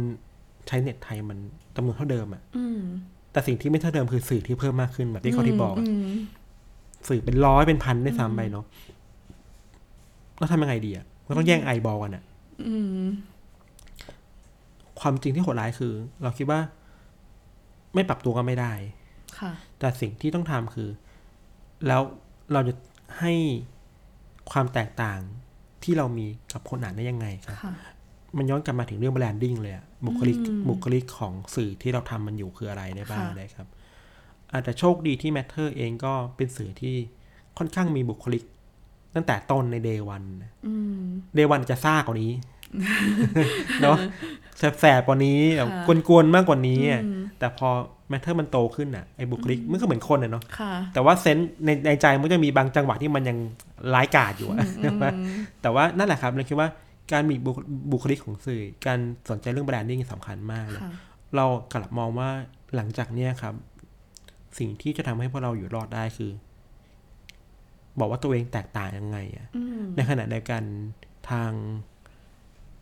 Speaker 3: ใช้เน็ตไทยมันจำนวนเท่าเดิมอะ
Speaker 2: อืม
Speaker 3: แต่สิ่งที่ไม่เท่าเดิมคือสื่อที่เพิ่มมากขึ้นแบบที่เขาที่บอกอะ
Speaker 2: อืม
Speaker 3: สื่อเป็นร้อยเป็นพันได้วยซ้ำไปเนาะแล้วทำยังไงดีอะมันต้องแย่งไอบอลกันอะ
Speaker 2: อืม
Speaker 3: ความจริงที่โหดร้ายคือ เราคิดว่า ไม่ปรับตัวก็ไม่ได้
Speaker 2: ค่ะ
Speaker 3: แต่สิ่งที่ต้องทำคือ แล้วเราจะให้ความแตกต่างที่เรามีกับคนอ่านได้ยังไงครับ
Speaker 2: ค่ะ
Speaker 3: มันย้อนกลับมาถึงเรื่องแบรนดิ้งเลยอะบุคลิก
Speaker 2: อืม
Speaker 3: บุคลิกของสื่อที่เราทำมันอยู่คืออะไรได้บ้าง
Speaker 2: ค่ะ
Speaker 3: เลยครับ อาจจะโชคดีที่ Matter เองก็เป็นสื่อที่ค่อนข้างมีบุคลิก ตั้งแต่ต้นใน Day วัน
Speaker 2: อืม
Speaker 3: เดวันจะซ่ากว่า
Speaker 2: *laughs*
Speaker 3: นี้ เนาะแสบๆกว่านี้แบบ
Speaker 2: ค่ะ
Speaker 3: กวนๆมากกว่านี้อะ
Speaker 2: อืม
Speaker 3: แต่พอแมทเทอร์มันโตขึ้นอ่ะไอ้บุคลิกมันก็เหมือนคนอ่ะเนาะ
Speaker 2: ค่ะ
Speaker 3: แต่ว่าเซนส์ในในใจมันจะมีบางจังหวะที่มันยังร้ายกาจอยู่อะใช่ไหมแต่ว่านั่นแหละครับเราคิดว่าการมีบุคบุคลิกของสื่อ การสนใจเรื่องแบรนดิ้งสำคัญมากเลย
Speaker 2: ค่ะ
Speaker 3: เรากลับมองว่าหลังจากเนี้ยครับ สิ่งที่จะทำให้พวกเราอยู่รอดได้คือ บอกว่าตัวเองแตกต่างยังไงอะ
Speaker 2: อืม
Speaker 3: ในขณะเดียวกันทาง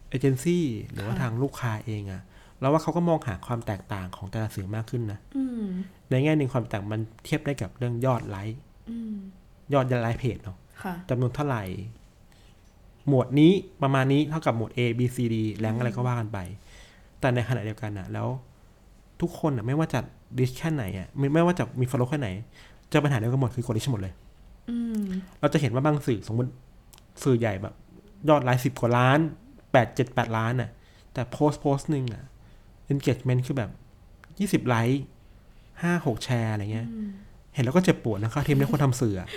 Speaker 3: เอเจนซี่หรือว่า
Speaker 2: ค่ะ
Speaker 3: ทางลูกค้าเองอะเราว่าเขาก็มองหาความแตกต่างของแต่ละสื่อมากขึ้นนะ
Speaker 2: อืม
Speaker 3: ในแง่หนึ่งความแตกต่างมันเทียบได้กับเรื่องยอดไลค์
Speaker 2: อืม
Speaker 3: ยอดไลค์เพจเนาะ
Speaker 2: ค่ะ
Speaker 3: จำนวนเท่าไหร่ หมวดนี้ประมาณนี้เท่ากับหมวด A B C D แรงอะไรก็ว่ากันไป แต่ในขณะเดียวกันนะแล้ว ทุกคนนะไม่ว่าจะดิสแค่ไหนอ่ะไม่ไม่ว่าจะมีฟอลโล่แค่ไหนเจอปัญหาเดียวกันหมดคือกดดิชหมดเลย
Speaker 2: อืม
Speaker 3: เราจะเห็นว่าบางสื่อสมมติสื่อใหญ่แบบ ยอดไลค์สิบกว่าล้านแปดเจ็ดแปดล้านอ่ะ แต่โพสต์โพสต์หนึ่งอ่ะ engagement คือแบบยี่สิบไลค์ห้าหกแชร์อะไรเงี้ย เห็นแล้วก็เจ็บปวดนะครับทีมนี้คนทำสื่ออะ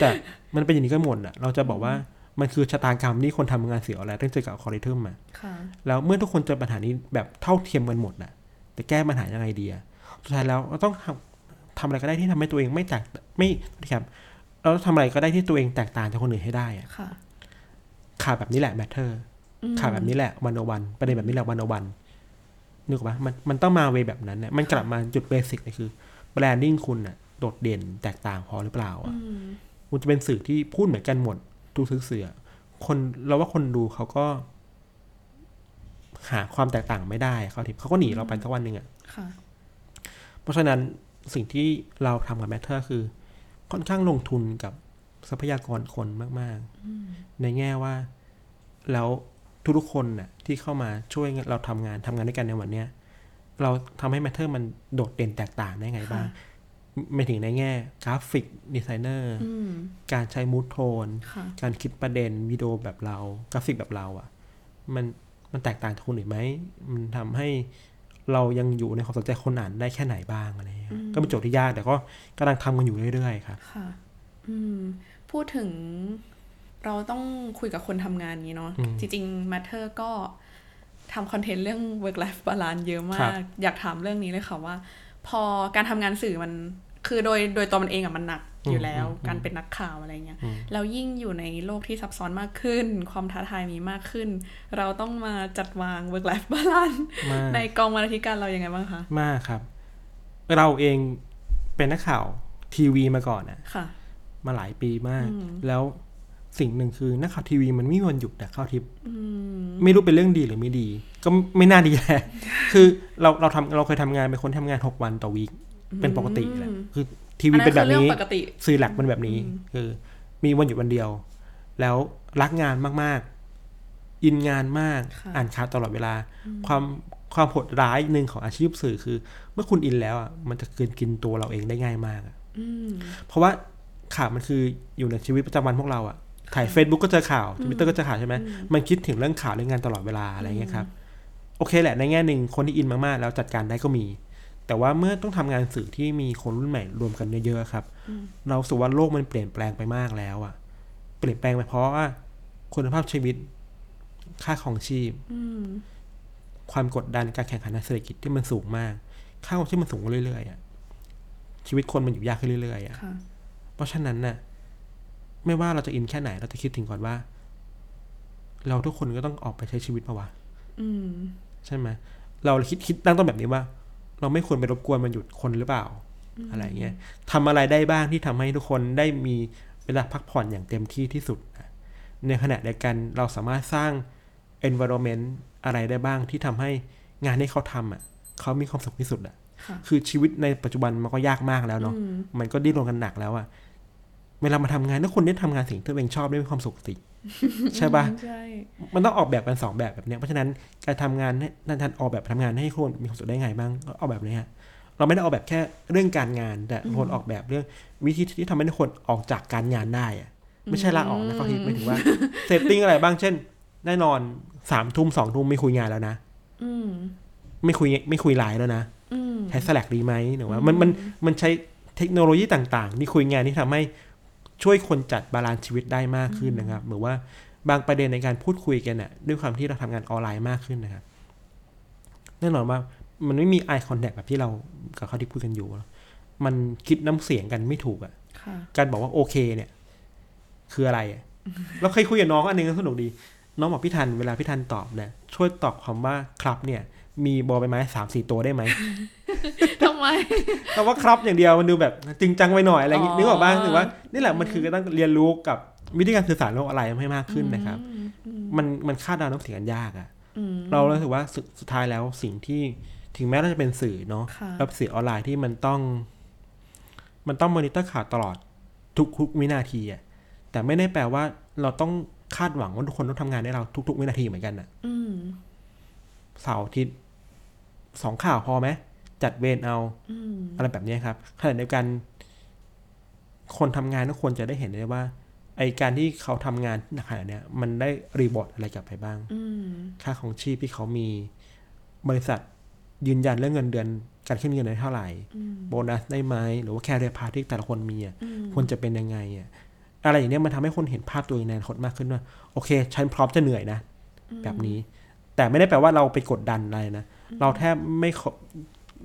Speaker 3: แต่มันเป็นอย่างนี้ก็หมดอ่ะ เราจะบอกว่ามันคือชะตากรรมที่คนทำงานสื่อออนไลน์ต้องเจอกับอัลกอริทึมอ่ะ
Speaker 2: ค่ะ
Speaker 3: แล้วเมื่อทุกคนเจอปัญหานี้แบบเท่าเทียมกันหมดนะแต่แก้ปัญหายังไงดีอะสุดท้ายแล้วเราต้องทำทำอะไรก็ได้ที่ทำให้ตัวเองไม่แตกไม่ครับเราต้องทำอะไรก็ได้ที่ตัวเองแตกต่างจากคนอื่นให้ได้อะ
Speaker 2: ค่ะ
Speaker 3: ข่าวแบบนี้แหละแมทเทอร์
Speaker 2: อืม
Speaker 3: ข่าวแบบนี้แหละวันโอวันประเด็นแบบนี้แหละวันโอวันนึกออกปะมันมันต้องมาเวย์แบบนั้นเนี่ยมันกลับมาจุดเบสิกเลยคือแบรนดิ้งคุณอะโดดเด่นแตกต่างพอหรือเปล่าอะ
Speaker 2: อืม
Speaker 3: คุณจะเป็นสื่อที่พูดเหมือนกันหมดทุกสื่อเสือคนเราว่าคนดูเขาก็ หาความแตกต่างไม่ได้เขาทิพเขาก็หนีเราไปสักวันหนึ่งอะ
Speaker 2: ค่ะ
Speaker 3: เพราะฉะนั้นสิ่งที่เราทำกับแมทเทอร์คือ ค่อนข้างลงทุนกับทรัพยากรคนมาก ๆ ในแง่ว่า แล้วทุกๆคนน่ะที่เข้ามาช่วยเราทำงานทำงานด้วยกันในวันเนี้ยเราทำให้แมทเทอร์มันโดดเด่นแตกต่างได้ไงบ้าง ไม่ถึงในแง่กราฟิกดีไซเนอร์
Speaker 2: อืม
Speaker 3: การใช้มูทโทน
Speaker 2: ค่ะ
Speaker 3: การคิดประเด็นวิดีโอแบบเรา กราฟิกแบบเราอะ่ะ มันมันแตกต่างจากคนอื่นไหมมันทำให้เรายังอยู่ในความสนใจคนอ่านได้แค่ไหนบ้างอะไรเงี้ย
Speaker 2: อืม
Speaker 3: ก็เป็นโจทย์ที่ยากแต่ก็กำลังทำกันอยู่เรื่อยๆครับ
Speaker 2: ค่ะ อืม พูดถึงเราต้องคุยกับคนทำงานนี้เนาะ
Speaker 3: อืม
Speaker 2: จริงๆ Matter ก็ทำคอนเทนต์เรื่อง work life balance เยอะ
Speaker 3: ครั
Speaker 2: มาก
Speaker 3: บ
Speaker 2: อยากถามเรื่องนี้เลยค่ะว่า พอการทำงานสื่อมัน คือโดยโดยตัวมันเองอะมันหนักอยู่แล้ว การเป็นนักข่าวอะไรเงี้ย แล้วยิ่งอยู่ในโลกที่ซับซ้อนมากขึ้น ความท้าทายมีมากขึ้น เราต้องมาจัดวาง work life
Speaker 3: *laughs*
Speaker 2: balance
Speaker 3: มาก
Speaker 2: ในกองบรรณาธิการเรายังไงบ้างคะ
Speaker 3: มากครับ เราเองเป็นนักข่าวทีวีมาก่อนอะ
Speaker 2: ค่ะ
Speaker 3: มาหลายปีมาก
Speaker 2: อืม
Speaker 3: แล้วสิ่งหนึ่งคือนักข่าวทีวีมันไม่มีวันหยุดแต่ข้าวทิพย์
Speaker 2: อืม
Speaker 3: ไม่รู้เป็นเรื่องดีหรือไม่ดี ก็ไม่น่าดี
Speaker 2: *laughs*
Speaker 3: แหละ คือเราเราทำเราเคยทำงานเป็นคนทำงานหกวันต่อวีคเป็นปกติแหละ
Speaker 2: อืม
Speaker 3: คือทีวีเป็นแบบ
Speaker 2: อัคื
Speaker 3: นี้
Speaker 2: อรื่องปกติ
Speaker 3: สื่อหลักเป็นแบบนี้ คือ มีวันหยุดวันเดียว แล้วรักงานมากๆ อินงานมาก
Speaker 2: ค่ะ
Speaker 3: อ่านข่าวตลอดเวลา ความความโหดร้ายหนึ่งของอาชีพสื่อคือ เมื่อคุณอินแล้วอ่ะมันจะกินกินตัวเราเองได้ง่ายมากอะ
Speaker 2: อืม
Speaker 3: เพราะว่าข่าวมันคืออยู่ในชีวิตประจำวันพวกเราอะถ่าย Facebook ก็เจอข่าวทวิตเตอร์ก็เจอข่าวใช่ไหมมันคิดถึงเรื่องข่าวเรื่องงานตลอดเวลาอะไรเงี้ยครับ โอเคแหละในแง่หนึ่งคนที่อินมากๆ แล้วจัดการได้ก็มี แต่ว่าเมื่อต้องทำงานสื่อที่มีคนรุ่นใหม่รวมกันเยอะๆครับ เรารู้สุว่าโลกมันเปลี่ยนแปลงไปมากแล้วอะเปลี่ยนแปลงไปเพราะว่าคุณภาพชีวิต ค่าของชีพ
Speaker 2: อืม
Speaker 3: ความกดดันการแข่งขันทางเศรษฐกิจที่มันสูงมากค่าของชีพมันสูงขึ้นเรื่อยๆอะชีวิตคนมันอยู่ยากขึ้นเรื่อยๆอะ
Speaker 2: ค่ะ
Speaker 3: เพราะฉะนั้นน่ะ ไม่ว่าเราจะอินแค่ไหนเราจะคิดถึงก่อนว่า เราทุกคนก็ต้องออกไปใช้ชีวิตปะวะ
Speaker 2: อืม
Speaker 3: ใช่ไหมเราคิดคิดตั้งต้นแบบนี้ว่า เราไม่ควรไปรบกวนมันหยุดคนหรือเปล่า อะไรเงี้ยทำอะไรได้บ้างที่ทำให้ทุกคนได้มีเวลาพักผ่อนอย่างเต็มที่ที่สุดนะในขณะเดียวกันเราสามารถสร้าง environment อะไรได้บ้างที่ทำให้งานที่เขาทำอ่ะ เขามีความสุขที่สุดอ่ะ
Speaker 2: ค่ะ
Speaker 3: คือชีวิตในปัจจุบันมันก็ยากมากแล้วเนาะ
Speaker 2: อืม
Speaker 3: มันก็ดิ้นรนกันหนักแล้วอะเวลามาทำงานถ้าคนได้ทำงานสิ่งที่ตัวเองชอบได้มีความสุขสิ *laughs* ใช่ปะ
Speaker 2: ใช่
Speaker 3: มันต้องออกแบบกันสองแบบแบบเนี้ยเพราะฉะนั้นการทำงานให้นั่นทันออกแบบทำงานให้คนมีความสุขได้ไงบ้างก็ออกแบบนี้ฮะเราไม่ได้ออกแบบแค่เรื่องการงาน แต่คนออกแบบเรื่องวิธีที่ทำให้คนออกจากการงานได้อะไม่ใช่ลาออกนะเขาคิดไม่ถึงว่าเซตติ้งอะไรบ้างเช่น แน่นอนสามทุ่มสองทุ่มไม่คุยงานแล้วนะ
Speaker 2: อืม
Speaker 3: ไม่คุยไม่คุยไลน์แล้วนะ
Speaker 2: อืม
Speaker 3: ใช้ Slack ดีไหมหรือว่ามันมันมันใช้เทคโนโลยีต่าง ๆ ที่คุยงานที่ทำให้ช่วยคนจัดบาลานซ์ชีวิตได้มากขึ้นนะครับ หรือว่าบางประเด็นในการพูดคุยกันน่ะด้วยความที่เราทำงานออนไลน์มากขึ้นนะครับ แน่นอนว่า มันไม่มี eye contact แบบที่เรากับเขาที่พูดกันอยู่อะมันคิดน้ำเสียงกันไม่ถูกอะ
Speaker 2: ค่ะ *laughs*
Speaker 3: การบอกว่าโอเคเนี่ย คืออะไรอะเราเคยคุยกับน้องอันหนึงสนุกดี น้องบอกพี่ทันเวลาพี่ทันตอบเนี่ยช่วยตอบคำว่าครับเนี่ย มีบอใบไม้สามสี่ตัวได้ไหม
Speaker 2: ทำไม
Speaker 3: แต่ว่าครับอย่างเดียวมันดูแบบจริงจังไปหน่อยอะไรอย่างงี้
Speaker 2: อ๋อ
Speaker 3: นึกออกบ้างถือว่านี่แหละมันคือการต้องเรียนรู้กับวิธีการสื่อสารโลกอะไรให้มากขึ้นนะครับ มันมันคาดเดาน้ำเสียงกันยากอะ
Speaker 2: อืม
Speaker 3: เรารู้สึกว่าสุดสุดท้ายแล้วสิ่งที่ถึงแม้เราจะเป็นสื่อเนาะ
Speaker 2: ค่ะ
Speaker 3: แล้วสื่อออนไลน์ที่มันต้อง มันต้องมอนิเตอร์ข่าวตลอดทุกทุกวินาทีอะแต่ไม่ได้แปลว่าเราต้องคาดหวังว่าทุกคนต้องทำงานให้เราทุก ๆ วินาทีเหมือนกันอะ
Speaker 2: อืม
Speaker 3: เสาร์อาทิตย์สองข่าวพอไหมจัดเวรเอา
Speaker 2: อืม
Speaker 3: อะไรแบบเนี้ยครับขณะเดียวกัน คนทำงานก็ควรจะได้เห็นได้ว่า ไอการที่เขาทำงานขนาดเนี้ย มันได้รีบอร์ดอะไรกลับไปบ้าง
Speaker 2: อืม
Speaker 3: ค่าของชีพที่เขามีบริษัทยืนยันเรื่องเงินเดือนการขึ้นเงินเดือนเท่าไหร่
Speaker 2: อืม
Speaker 3: โบนัสได้ไหมหรือว่าแคเรียพาที่แต่ละคนมีอะ
Speaker 2: อืม
Speaker 3: ควรจะเป็นยังไงอะอะไรอย่างเนี้ยมันทำให้คนเห็นภาพตัวเองในอนาคตมากขึ้นว่าโอเค ฉันพร้อมจะเหนื่อยนะ แบบนี้ แต่ไม่ได้แปลว่าเราไปกดดันอะไรนะ เราแทบไม่ขอ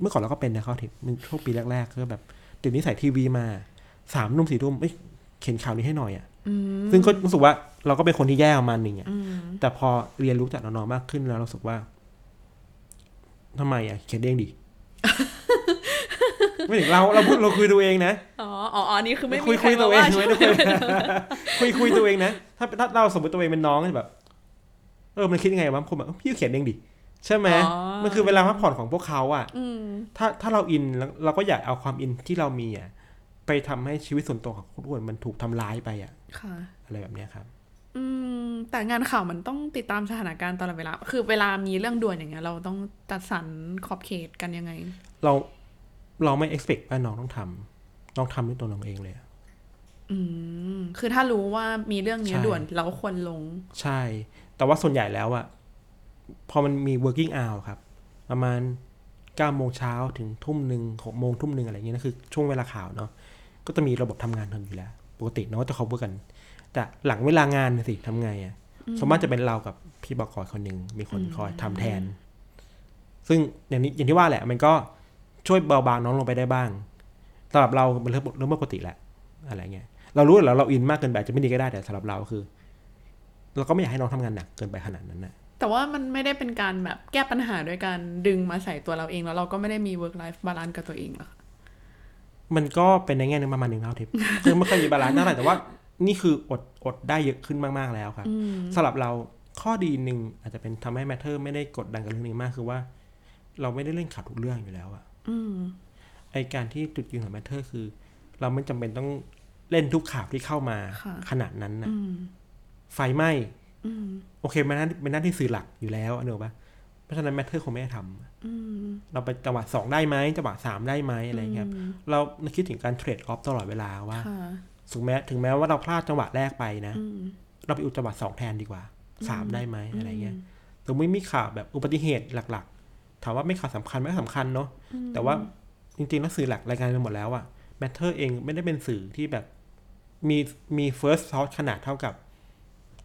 Speaker 3: เมื่อก่อนเราก็เป็นนะเขาทิพนช่วงปีแรกๆก็แบบติดนิสัยทีวีมาสามนุ่มสี่ทุ่มเอ้ยเขียนข่าวนี้ให้หน่อยอะ
Speaker 2: อืม
Speaker 3: ซึ่งก็รู้สึกว่าเราก็เป็นคนที่แย่ประมาณหนึ่งอะ
Speaker 2: อืม
Speaker 3: แต่พอเรียนรู้จากน้องๆมากขึ้นแล้วเรารู้สึกว่าทำไมอ่ะเขียนเองดิ
Speaker 2: *laughs*
Speaker 3: ไม่ถึงเราเราพูดเราคุยตัวเองนะ
Speaker 2: อ๋อ อ๋ออันนี้คือไม่
Speaker 3: คุ
Speaker 2: มี
Speaker 3: ย
Speaker 2: ใคร
Speaker 3: คุยตั
Speaker 2: มาว
Speaker 3: เอง
Speaker 2: ว่า
Speaker 3: คุ
Speaker 2: ใช่
Speaker 3: ย
Speaker 2: ไหม
Speaker 3: คุยคุยคุยตัวเองนะถ้าถ้าเราสมมติตัวเองเป็นน้องก็จะแบบ เออมันคิดยังไงวะคนแบบเอ้าพี่เขียนเองดิใช่ไหม
Speaker 2: อ๋อ
Speaker 3: มันคือเวลาพักผ่อนของพวกเขาอ่ะ
Speaker 2: อืม
Speaker 3: ถ้าถ้าเราอินแล้วเราก็อยากเอาความอินที่เรามีอ่ะไปทำให้ชีวิตส่วนตัวของทุกคนมันถูกทำร้ายไปอ่ะ
Speaker 2: ค่ะ
Speaker 3: อะไรแบบเนี้ยครับ
Speaker 2: อืม แต่งานข่าวมันต้องติดตามสถานการณ์ตลอดเวลา คือเวลามีเรื่องด่วนอย่างเงี้ย เราต้องจัดสรรขอบเขตกันยังไง
Speaker 3: เราเราไม่ expect ว่าน้องต้องทำน้องทำด้วยตัวน้องเองเลยอะ
Speaker 2: อืม คือถ้ารู้ว่ามีเรื่องเนี้ยด่วนเราควรลง
Speaker 3: ใช่ แต่ว่าส่วนใหญ่แล้วอะพอมันมี working hour ครับ ประมาณ9โมงเช้าถึงทุ่มหนึ่งหกโมงทุ่มหนึ่งอะไรเงี้ยนะคือช่วงเวลาข่าวเนาะก็จะมีระบบทำงานทันอยู่แล้ว ปกติเนาะก็จะ cover กัน แต่หลังเวลางานน่ะสิทำไงอะสมมติจะเป็นเรากับพี่บกอยคนหนึ่งมีคนคอยทำแทน ซึ่งอย่างนี้อย่างที่ว่าแหละ มันก็ช่วยเบาบางน้องลงไปได้บ้างสำหรับเราเป็นเรื่องเรื่องปกติแหละ อะไรเงี้ยเรารู้แล้วเราอินมากเกินไปอาจจะไม่ดีก็ได้แต่สำหรับเราคือ เราก็ไม่อยากให้น้องทำงานหนักเกินไปขนาดนั้นนะ
Speaker 2: แต่ว่ามันไม่ได้เป็นการแบบแก้ปัญหาด้วยการดึงมาใส่ตัวเราเอง แล้วเราก็ไม่ได้มี work life balance กับตัวเองหรอกค่ะ
Speaker 3: มันก็เป็นในแง่หนึงประ *laughs* มาณหนึ่งเท่าทิพย์ คือไม่เคยมีบาลานซ์เท่าไหร่แต่ว่านี่คืออดอดได้เยอะขึ้นมากๆแล้วครับ
Speaker 2: อืม
Speaker 3: สำหรับเราข้อดีหนึ่งอาจจะเป็นทำให้แมทเทอร์ไม่ได้กดดันกับเรื่องนี้มากคือว่า เราไม่ได้เล่นข่าวทุกเรื่องอยู่แล้วอะ
Speaker 2: อืม
Speaker 3: ไอการที่จุดยืนของแมทเทอร์คือ เราไม่จำเป็นต้องเล่นทุกข่าวที่เข้ามา
Speaker 2: ค่ะ
Speaker 3: ขนาดนั้นนะ
Speaker 2: อืม
Speaker 3: ไฟไหม้
Speaker 2: อืม
Speaker 3: โอเคมันหน้าเป็นหน้าที่สื่อหลักอยู่แล้วเนกอะปะเพราะฉะนั้นแมทเทอร์คงไม่ได้ท
Speaker 2: อืม
Speaker 3: ำเราไปจังหวะสองได้ไหมจังหวะสามได้ไหมอะไรอย่างเงี้ยครับเราคิดถึงการเทรดออฟตลอดเวลาว่า
Speaker 2: ค่ะ
Speaker 3: ถึงแม้ถึงแม้ว่าเราพลาดจังหวะแรกไปนะ
Speaker 2: อืม
Speaker 3: เราไปอุดจังหวะสองแทนดีกว่าสามได้ไหมอะไรเงี้ยแต่ไม่มีข่าวแบบอุบัติเหตุหลักๆ ถามว่าไม่ข่าวสำคัญไหม่สำคัญเนาะแต่ว่าจริงๆแล้วสื่อหลักรายการไปหมดแล้วอะแมทเทอร์เองไม่ได้เป็นสื่อที่แบบมีมี first source ขนาดเท่ากับ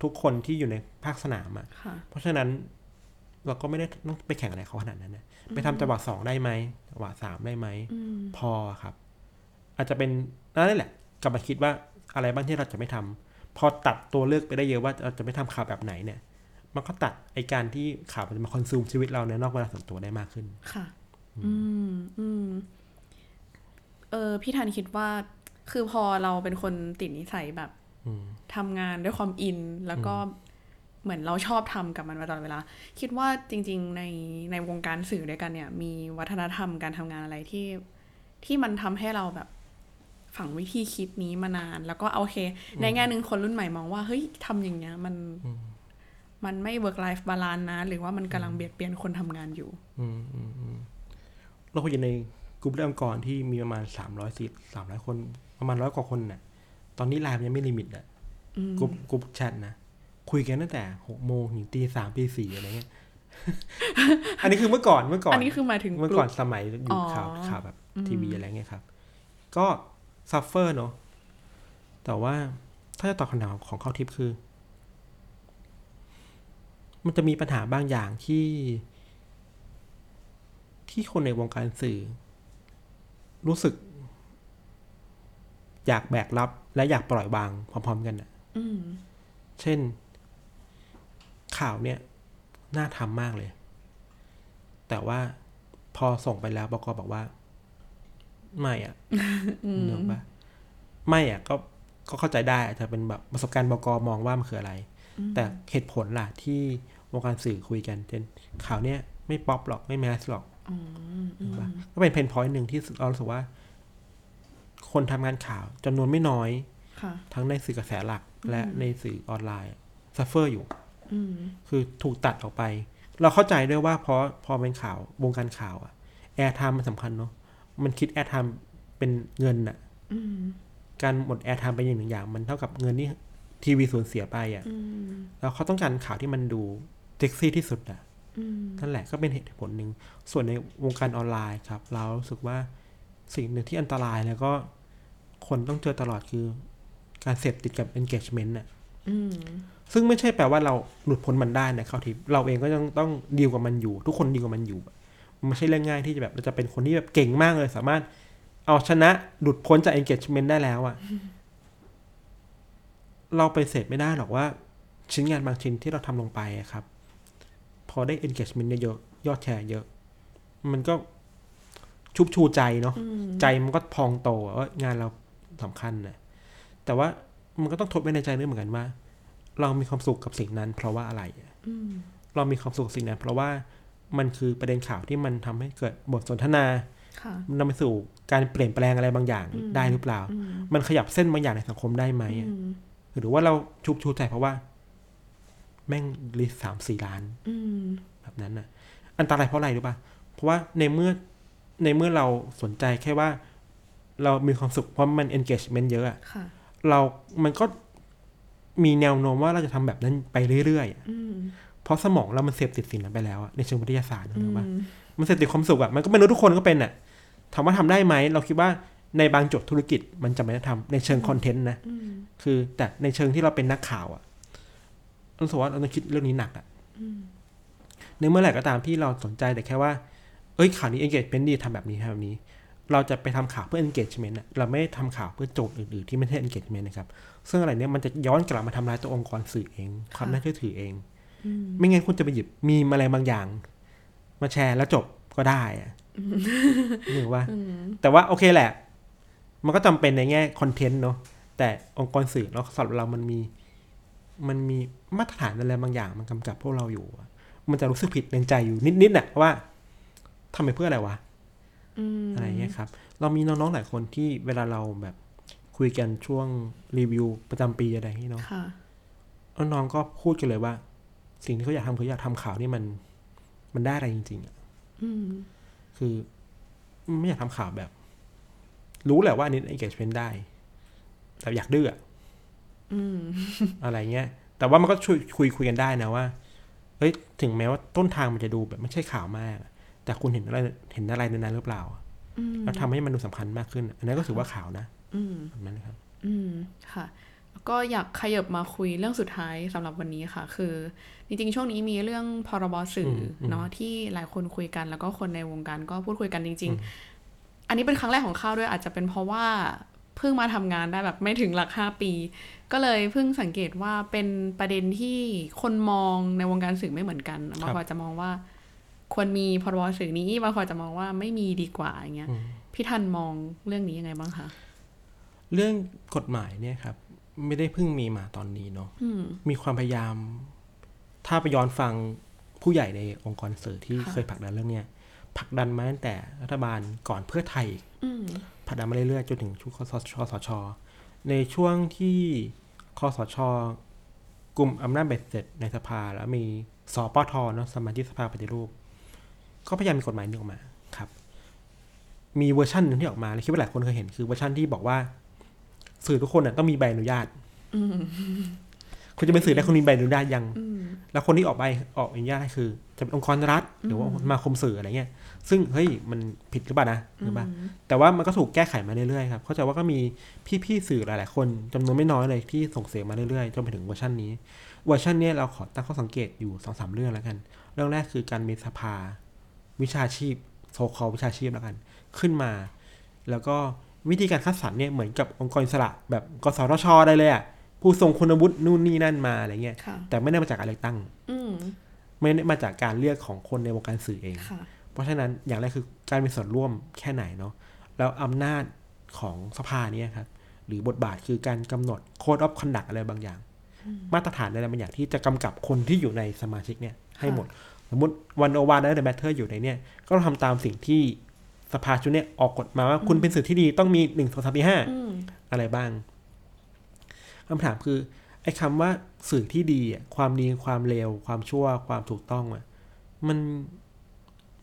Speaker 3: ทุกคนที่อยู่ในภาคสนามอะ
Speaker 2: ค่ะ
Speaker 3: เพราะฉะนั้นเราก็ไม่ได้ต้องไปแข่งอะไรเขาขนาดนั้นนะไปทำจังหวะสองได้ไหมจังหวะสามได้ไหม
Speaker 2: อืม
Speaker 3: พอครับ อาจจะเป็นนั่นแหละกลับมาคิดว่าอะไรบ้างที่เราจะไม่ทำพอตัดตัวเลือกไปได้เยอะว่าเราจะไม่ทำข่าวแบบไหนเนี่ย มันก็ตัดไอการที่ข่าวมันจะมาคอนซูมชีวิตเราในนอกเวลาส่วนตัวได้มากขึ้น
Speaker 2: ค่ะ อืม อืม เออ พี่ธันคิดว่า คือพอเราเป็นคนติดนิสัยแบบ
Speaker 3: อืม
Speaker 2: ทำงานด้วยความอิน แล้วก็เหมือนเราชอบทำกับมันมาตลอดเวลา คิดว่าจริง ๆ ในในวงการสื่อด้วยกันเนี่ย มีวัฒนธรรมการทำงานอะไรที่ ที่มันทำให้เราแบบฝังวิธีคิดนี้มานาน แล้วก็โอเค ในแง่หนึ่งคนรุ่นใหม่มองว่า เฮ้ยทำอย่างเงี้ย มัน มันไม่ work life balance นะ หรือว่ามันกำลังเบียดเบียนคนทำงานอยู่
Speaker 3: อืมอืมอืมเราคุยอยู่ในกลุ่มเริ่มก่อนที่มีประมาณสามร้อยสี่สามร้อยคนประมาณร้อยกว่าคนน่ะ ตอนนี้ไลน์มันยังไม่ลิมิตอ่ะกลุ่มกลุ่มแชทนะ คุยกันตั้งแต่หกโมงถึงตีสามตีสี่อะไรเงี้ย *laughs* อันนี้คือเมื่อก่อนเมื่อก่อน
Speaker 2: อันนี้คือหมายถึง
Speaker 3: เมื่อก
Speaker 2: ลุ่
Speaker 3: ก่อ
Speaker 2: ม
Speaker 3: นสมัยอ
Speaker 2: อ๋
Speaker 3: ยู่
Speaker 2: อ
Speaker 3: ข่าวข่าวแบบทีวีอะไรเงี้ยครับ ก็ซัฟเฟอร์เนาะแต่ว่าถ้าจะตอบคำถามของเข้าทิปคือ มันจะมีปัญหาบางอย่างที่ ที่คนในวงการสื่อ รู้สึก อยากแบกรับ และอยากปล่อยวางพร้อมๆกันน่ะ
Speaker 2: อืม
Speaker 3: เช่น ข่าวเนี่ย น่าทำมากเลย แต่ว่าพอส่งไปแล้วบกบอกว่า ไม่อะ่ะเนกปะไม่อะ่ะ ก็ก็เข้าใจได้อาจจะเป็นแบบประสบการณ์บกมองว่ามันคืออะไร แต่เหตุผลล่ะ ที่วงการสื่อคุยกันเช่นข่าวเนี่ย ไม่ป๊อปหรอกไม่แมสหรอกนึกปะก็เป็นเพนพอยต์หนึ่งที่เรารู้สึกว่า คนทำงานข่าวจำนวนไม่น้อย
Speaker 2: ค่ะ
Speaker 3: ทั้งในสื่อกระแสหลักและในสื่อออนไลน์ซัฟเฟอร์อยู่
Speaker 2: อืม
Speaker 3: คือถูกตัดออกไป เราเข้าใจด้วยว่าเพราะพอเป็นข่าววงการข่าวอะแอร์ไทม์มันสำคัญเนาะมันคิดแอร์ไทม์เป็นเงินอะ
Speaker 2: อืม
Speaker 3: การหมดแอร์ไทม์ไปอย่างหนึ่งอย่าง มันเท่ากับเงินที่ทีวีสูญเสียไปอะ
Speaker 2: อืม
Speaker 3: แล้วเขาต้องการข่าวที่มันดูเซ็กซี่ที่สุดอะ
Speaker 2: อืม
Speaker 3: นั่นแหละก็เป็นเหตุผลหนึ่ง ส่วนในวงการออนไลน์ครับ เรารู้สึกว่าสิ่งหนึ่งที่อันตรายแล้วก็คนต้องเจอตลอดคือการเสพติดกับ engagement อะ
Speaker 2: อืม
Speaker 3: ซึ่งไม่ใช่แปลว่าเราหลุดพ้นมันได้นะเข้าทิพย์เราเองก็ยังต้องดีลกับมันอยู่ ทุกคนดีลกับมันอยู่มันไม่ใช่เรื่องง่ายที่จะแบบเราจะเป็นคนที่แบบเก่งมากเลย สามารถเอาชนะหลุดพ้นจาก engagement ได้แล้วอะเราไปเสร็จไม่ได้หรอกว่า ชิ้นงานบางชิ้นที่เราทำลงไปอะครับ พอได้ engagement เยอะๆยอดแชร์เยอะ มันก็ชุบชูใจเนาะ
Speaker 2: อืม
Speaker 3: ใจมันก็พองโตอะว่างานเราสำคัญนะแต่ว่ามันก็ต้องทบไว้ในใจด้วยเหมือนกันว่า เรามีความสุขกับสิ่งนั้น เพราะว่าอะไรอะ
Speaker 2: อืม
Speaker 3: เรามีความสุขกับสิ่งนั้น เพราะว่ามันคือประเด็นข่าวที่มันทำให้เกิดบทสนทนา
Speaker 2: ค่ะ
Speaker 3: นำไปสู่การเปลี่ยนแปลงอะไรบางอย่าง
Speaker 2: อืม
Speaker 3: ได้หรือเปล่า
Speaker 2: อืม
Speaker 3: มันขยับเส้นบางอย่างในสังคมได้ไหม
Speaker 2: อื
Speaker 3: อะ
Speaker 2: ม
Speaker 3: หรือว่าเราชุบชูใจเพราะว่า แม่งรีสามสี่ล้าน
Speaker 2: อืม
Speaker 3: แบบนั้นน่ะ อันตรายเพราะอะไรรู้ป่ะ เพราะว่าในเมื่อในเมื่อเราสนใจแค่ว่า เรามีความสุขเพราะมัน engagement เยอะอะ
Speaker 2: ค่ะ
Speaker 3: เรา มันก็มีแนวโน้มว่าเราจะทำแบบนั้นไปเรื่อยๆอะ
Speaker 2: อืม
Speaker 3: เพราะสมองเรามันเสพติดสิ่งนั้นไปแล้วอะในเชิงวิทยาศาสตร์นะ
Speaker 2: อื
Speaker 3: รู้
Speaker 2: ม
Speaker 3: ป่ะมันเสพติดความสุขอะมันก็ไม่รู้ทุกคนก็เป็นอะถามว่าทำได้ไหม เราคิดว่าในบางจุดธุรกิจมันจำเป็นต้องทำในเชิงคอนเทนต์นะ
Speaker 2: อืม
Speaker 3: คือแต่ในเชิงที่เราเป็นนักข่าวอะเราสกว่าเราต้องคิดเรื่องนี้หนักอะ
Speaker 2: อืม
Speaker 3: ในเมื่อไหร่ก็ตามที่เราสนใจแต่แค่ว่า เอ้ยข่าวนี้ engagement ดีทำแบบนี้ทำแบบนี้ เราจะไปทำข่าวเพื่อ engagement อะเราไม่ได้ทำข่าวเพื่อโจทย์อื่นๆที่ไม่ใช่ engagement นะครับ ซึ่งอะไรเนี้ยมันจะย้อนกลับมาทำลายตัวองค์กรสื่อเอง ความน่าเชื่อถือเอง
Speaker 2: อืม
Speaker 3: ไม่งั้นคุณจะไปหยิบมีมอะไรบางอย่าง มาแชร์แล้วจบก็ได้อะหรือว่า แต่ว่าโอเคแหละ มันก็จำเป็นในแง่คอนเทนต์เนาะแต่องค์กรสื่อเราสำหรับเรามันมี มันมีมาตรฐานอะไรบางอย่าง มันกำกับพวกเราอยู่อะมันจะรู้สึกผิดในใจอยู่นิดๆน่ะว่าทำไปเพื่ออะไรวะ
Speaker 2: อืม
Speaker 3: อะไรเงี้ยครับ เรามีน้องๆหลายคนที่เวลาเราแบบคุยกันช่วงรีวิวประจำปีอะไรอย่างเงี้ยเนาะ
Speaker 2: ค่ะ
Speaker 3: น้องๆก็พูดกันเลยว่า สิ่งที่เขาอยากทำคืออยากทำข่าวนี่มันมันได้อะไรจริงๆอะ
Speaker 2: อืม
Speaker 3: คือไม่อยากทำข่าวแบบ รู้แหละว่าอันนี้ engagement ได้ แต่อยากดื้ออะ
Speaker 2: อืม
Speaker 3: อะไรเงี้ย แต่ว่ามันก็ช่วยคุยคุยกันได้นะว่าเอ้ยถึงแม้ว่าต้นทางมันจะดูแบบไม่ใช่ข่าวมากอะแต่คุณเห็นอะไรเห็นอะไรในนั้นหรือเปล่าอะ
Speaker 2: อืม
Speaker 3: แล้วทำให้มันดูสำคัญมากขึ้นอันนั้นก็ถือว่าข่าวนะ
Speaker 2: อืม
Speaker 3: แบบนั้นนะครับ
Speaker 2: อืม ค่ะ แล้วก็อยากขยับมาคุยเรื่องสุดท้ายสำหรับวันนี้ค่ะ คือ จริงๆ ช่วงนี้มีเรื่องพรบสื่ออ
Speaker 3: มอืม
Speaker 2: เนาะที่หลายคนคุยกัน แล้วก็คนในวงการก็พูดคุยกันจริง ๆ อันนี้เป็นครั้งแรกของข้าวด้วยอาจจะเป็นเพราะว่าเพิ่งมาทำงานได้แบบไม่ถึงหลัก 5 ปี ก็เลยเพิ่งสังเกตว่าเป็นประเด็นที่คนมองในวงการสื่อไม่เหมือนกันบางคนอาจจะมองว่า ควรมีพรบสื่อนี้บางคนอาจจะมองว่าไม่มีดีกว่าอย่างเงี้ยพี่ทันมองเรื่องนี้ยังไงบ้างคะ
Speaker 3: เรื่องกฎหมายเนี่ยครับ ไม่ได้เพิ่งมีมาตอนนี้เนาะ
Speaker 2: อืม
Speaker 3: มีความพยายาม ถ้าไปย้อนฟังผู้ใหญ่ในองค์กรสื่อที่
Speaker 2: ค่ะ
Speaker 3: เคยผลักดันเรื่องเนี้ยผลักดันมาตั้งแต่รัฐบาลก่อนเพื่อไทยอีก
Speaker 2: อืม
Speaker 3: ผลักดันมาเรื่อยๆจนถึงชุดคสชสช ในช่วงที่คสชกลุ่มอำนาจเบ็ดเสร็จในสภา แล้วมีสปทเนาะสมาชิกสภาปฏิรูป ก็พยายามมีกฎหมายนี้ออกมาครับ มีเวอร์ชันหนึ่งที่ออกมาและคิดว่าหลายคนเคยเห็นคือเวอร์ชันที่บอกว่า สื่อทุกคนน่ะต้องมีใบอนุญาต
Speaker 2: อืม
Speaker 3: คุณจะเป็นสื่อได้คุณมีใบอนุญาตยัง
Speaker 2: อืม
Speaker 3: แล้วคนที่ออกใบออกอนุญาตให้คือ จะเป็นองค์กรรัฐ หรือว่าสมาคมสื่ออะไรเงี้ย ซึ่งเฮ้ยมันผิดหรือเปล่านะหรือเปล่าแต่ว่ามันก็ถูกแก้ไขมาเรื่อยๆครับเข้าใจว่าก็มีพี่ๆสื่อหลายๆคนจำนวนไม่น้อยเลยที่ส่งเสียงมาเรื่อยๆจนไปถึงเวอร์ชันนี้ เวอร์ชันเนี้ยเราขอตั้งข้อสังเกตอยู่สองสามเรื่องแล้วกัน เรื่องแรกคือการมีสภา วิชาชีพ โซคอลวิชาชีพแล้วกัน ขึ้นมา แล้วก็วิธีการคัดสรรเนี่ยเหมือนกับองค์กรอิสระแบบกสทชได้เลยอะ่ะผู้ทรงคุณวุฒินู่นนี่นั่นมาอะไรเงี้ย
Speaker 4: ค่ะ
Speaker 3: แต่ไม่ได้มาจากการเลือกตั้ง
Speaker 4: อืม
Speaker 3: ไม่ได้มาจากการเลือกของคนในวงการสื่อเอง
Speaker 4: ค่ะ
Speaker 3: เพราะฉะนั้นอย่างแรกคือการมีส่วนร่วมแค่ไหนเนาะแล้วอำนาจของสภาเนี่ยครับหรือบทบาทคือการกำหนดโค d ดอ f ค o นดักอะไรบางอย่าง มาตรฐานอะไรบางอย่างที่จะกำกับคนที่อยู่ในสมาชิกเนี่ยให้หมด สมมติวันโอวานและเดอะแมทเทอร์อยู่ในเนี่ย ก็ต้องทำตามสิ่งที่สภาชุดเนี่ยออกกฎมาว่าคุณเป็นสื่อที่ดีต้องมีหนึ่งสองสามสี่ห้า
Speaker 4: อืม
Speaker 3: อะไรบ้างคำถามคือ ไอ้คำว่าสื่อที่ดีอะความดีความเลวความชั่วความถูกต้องอะมัน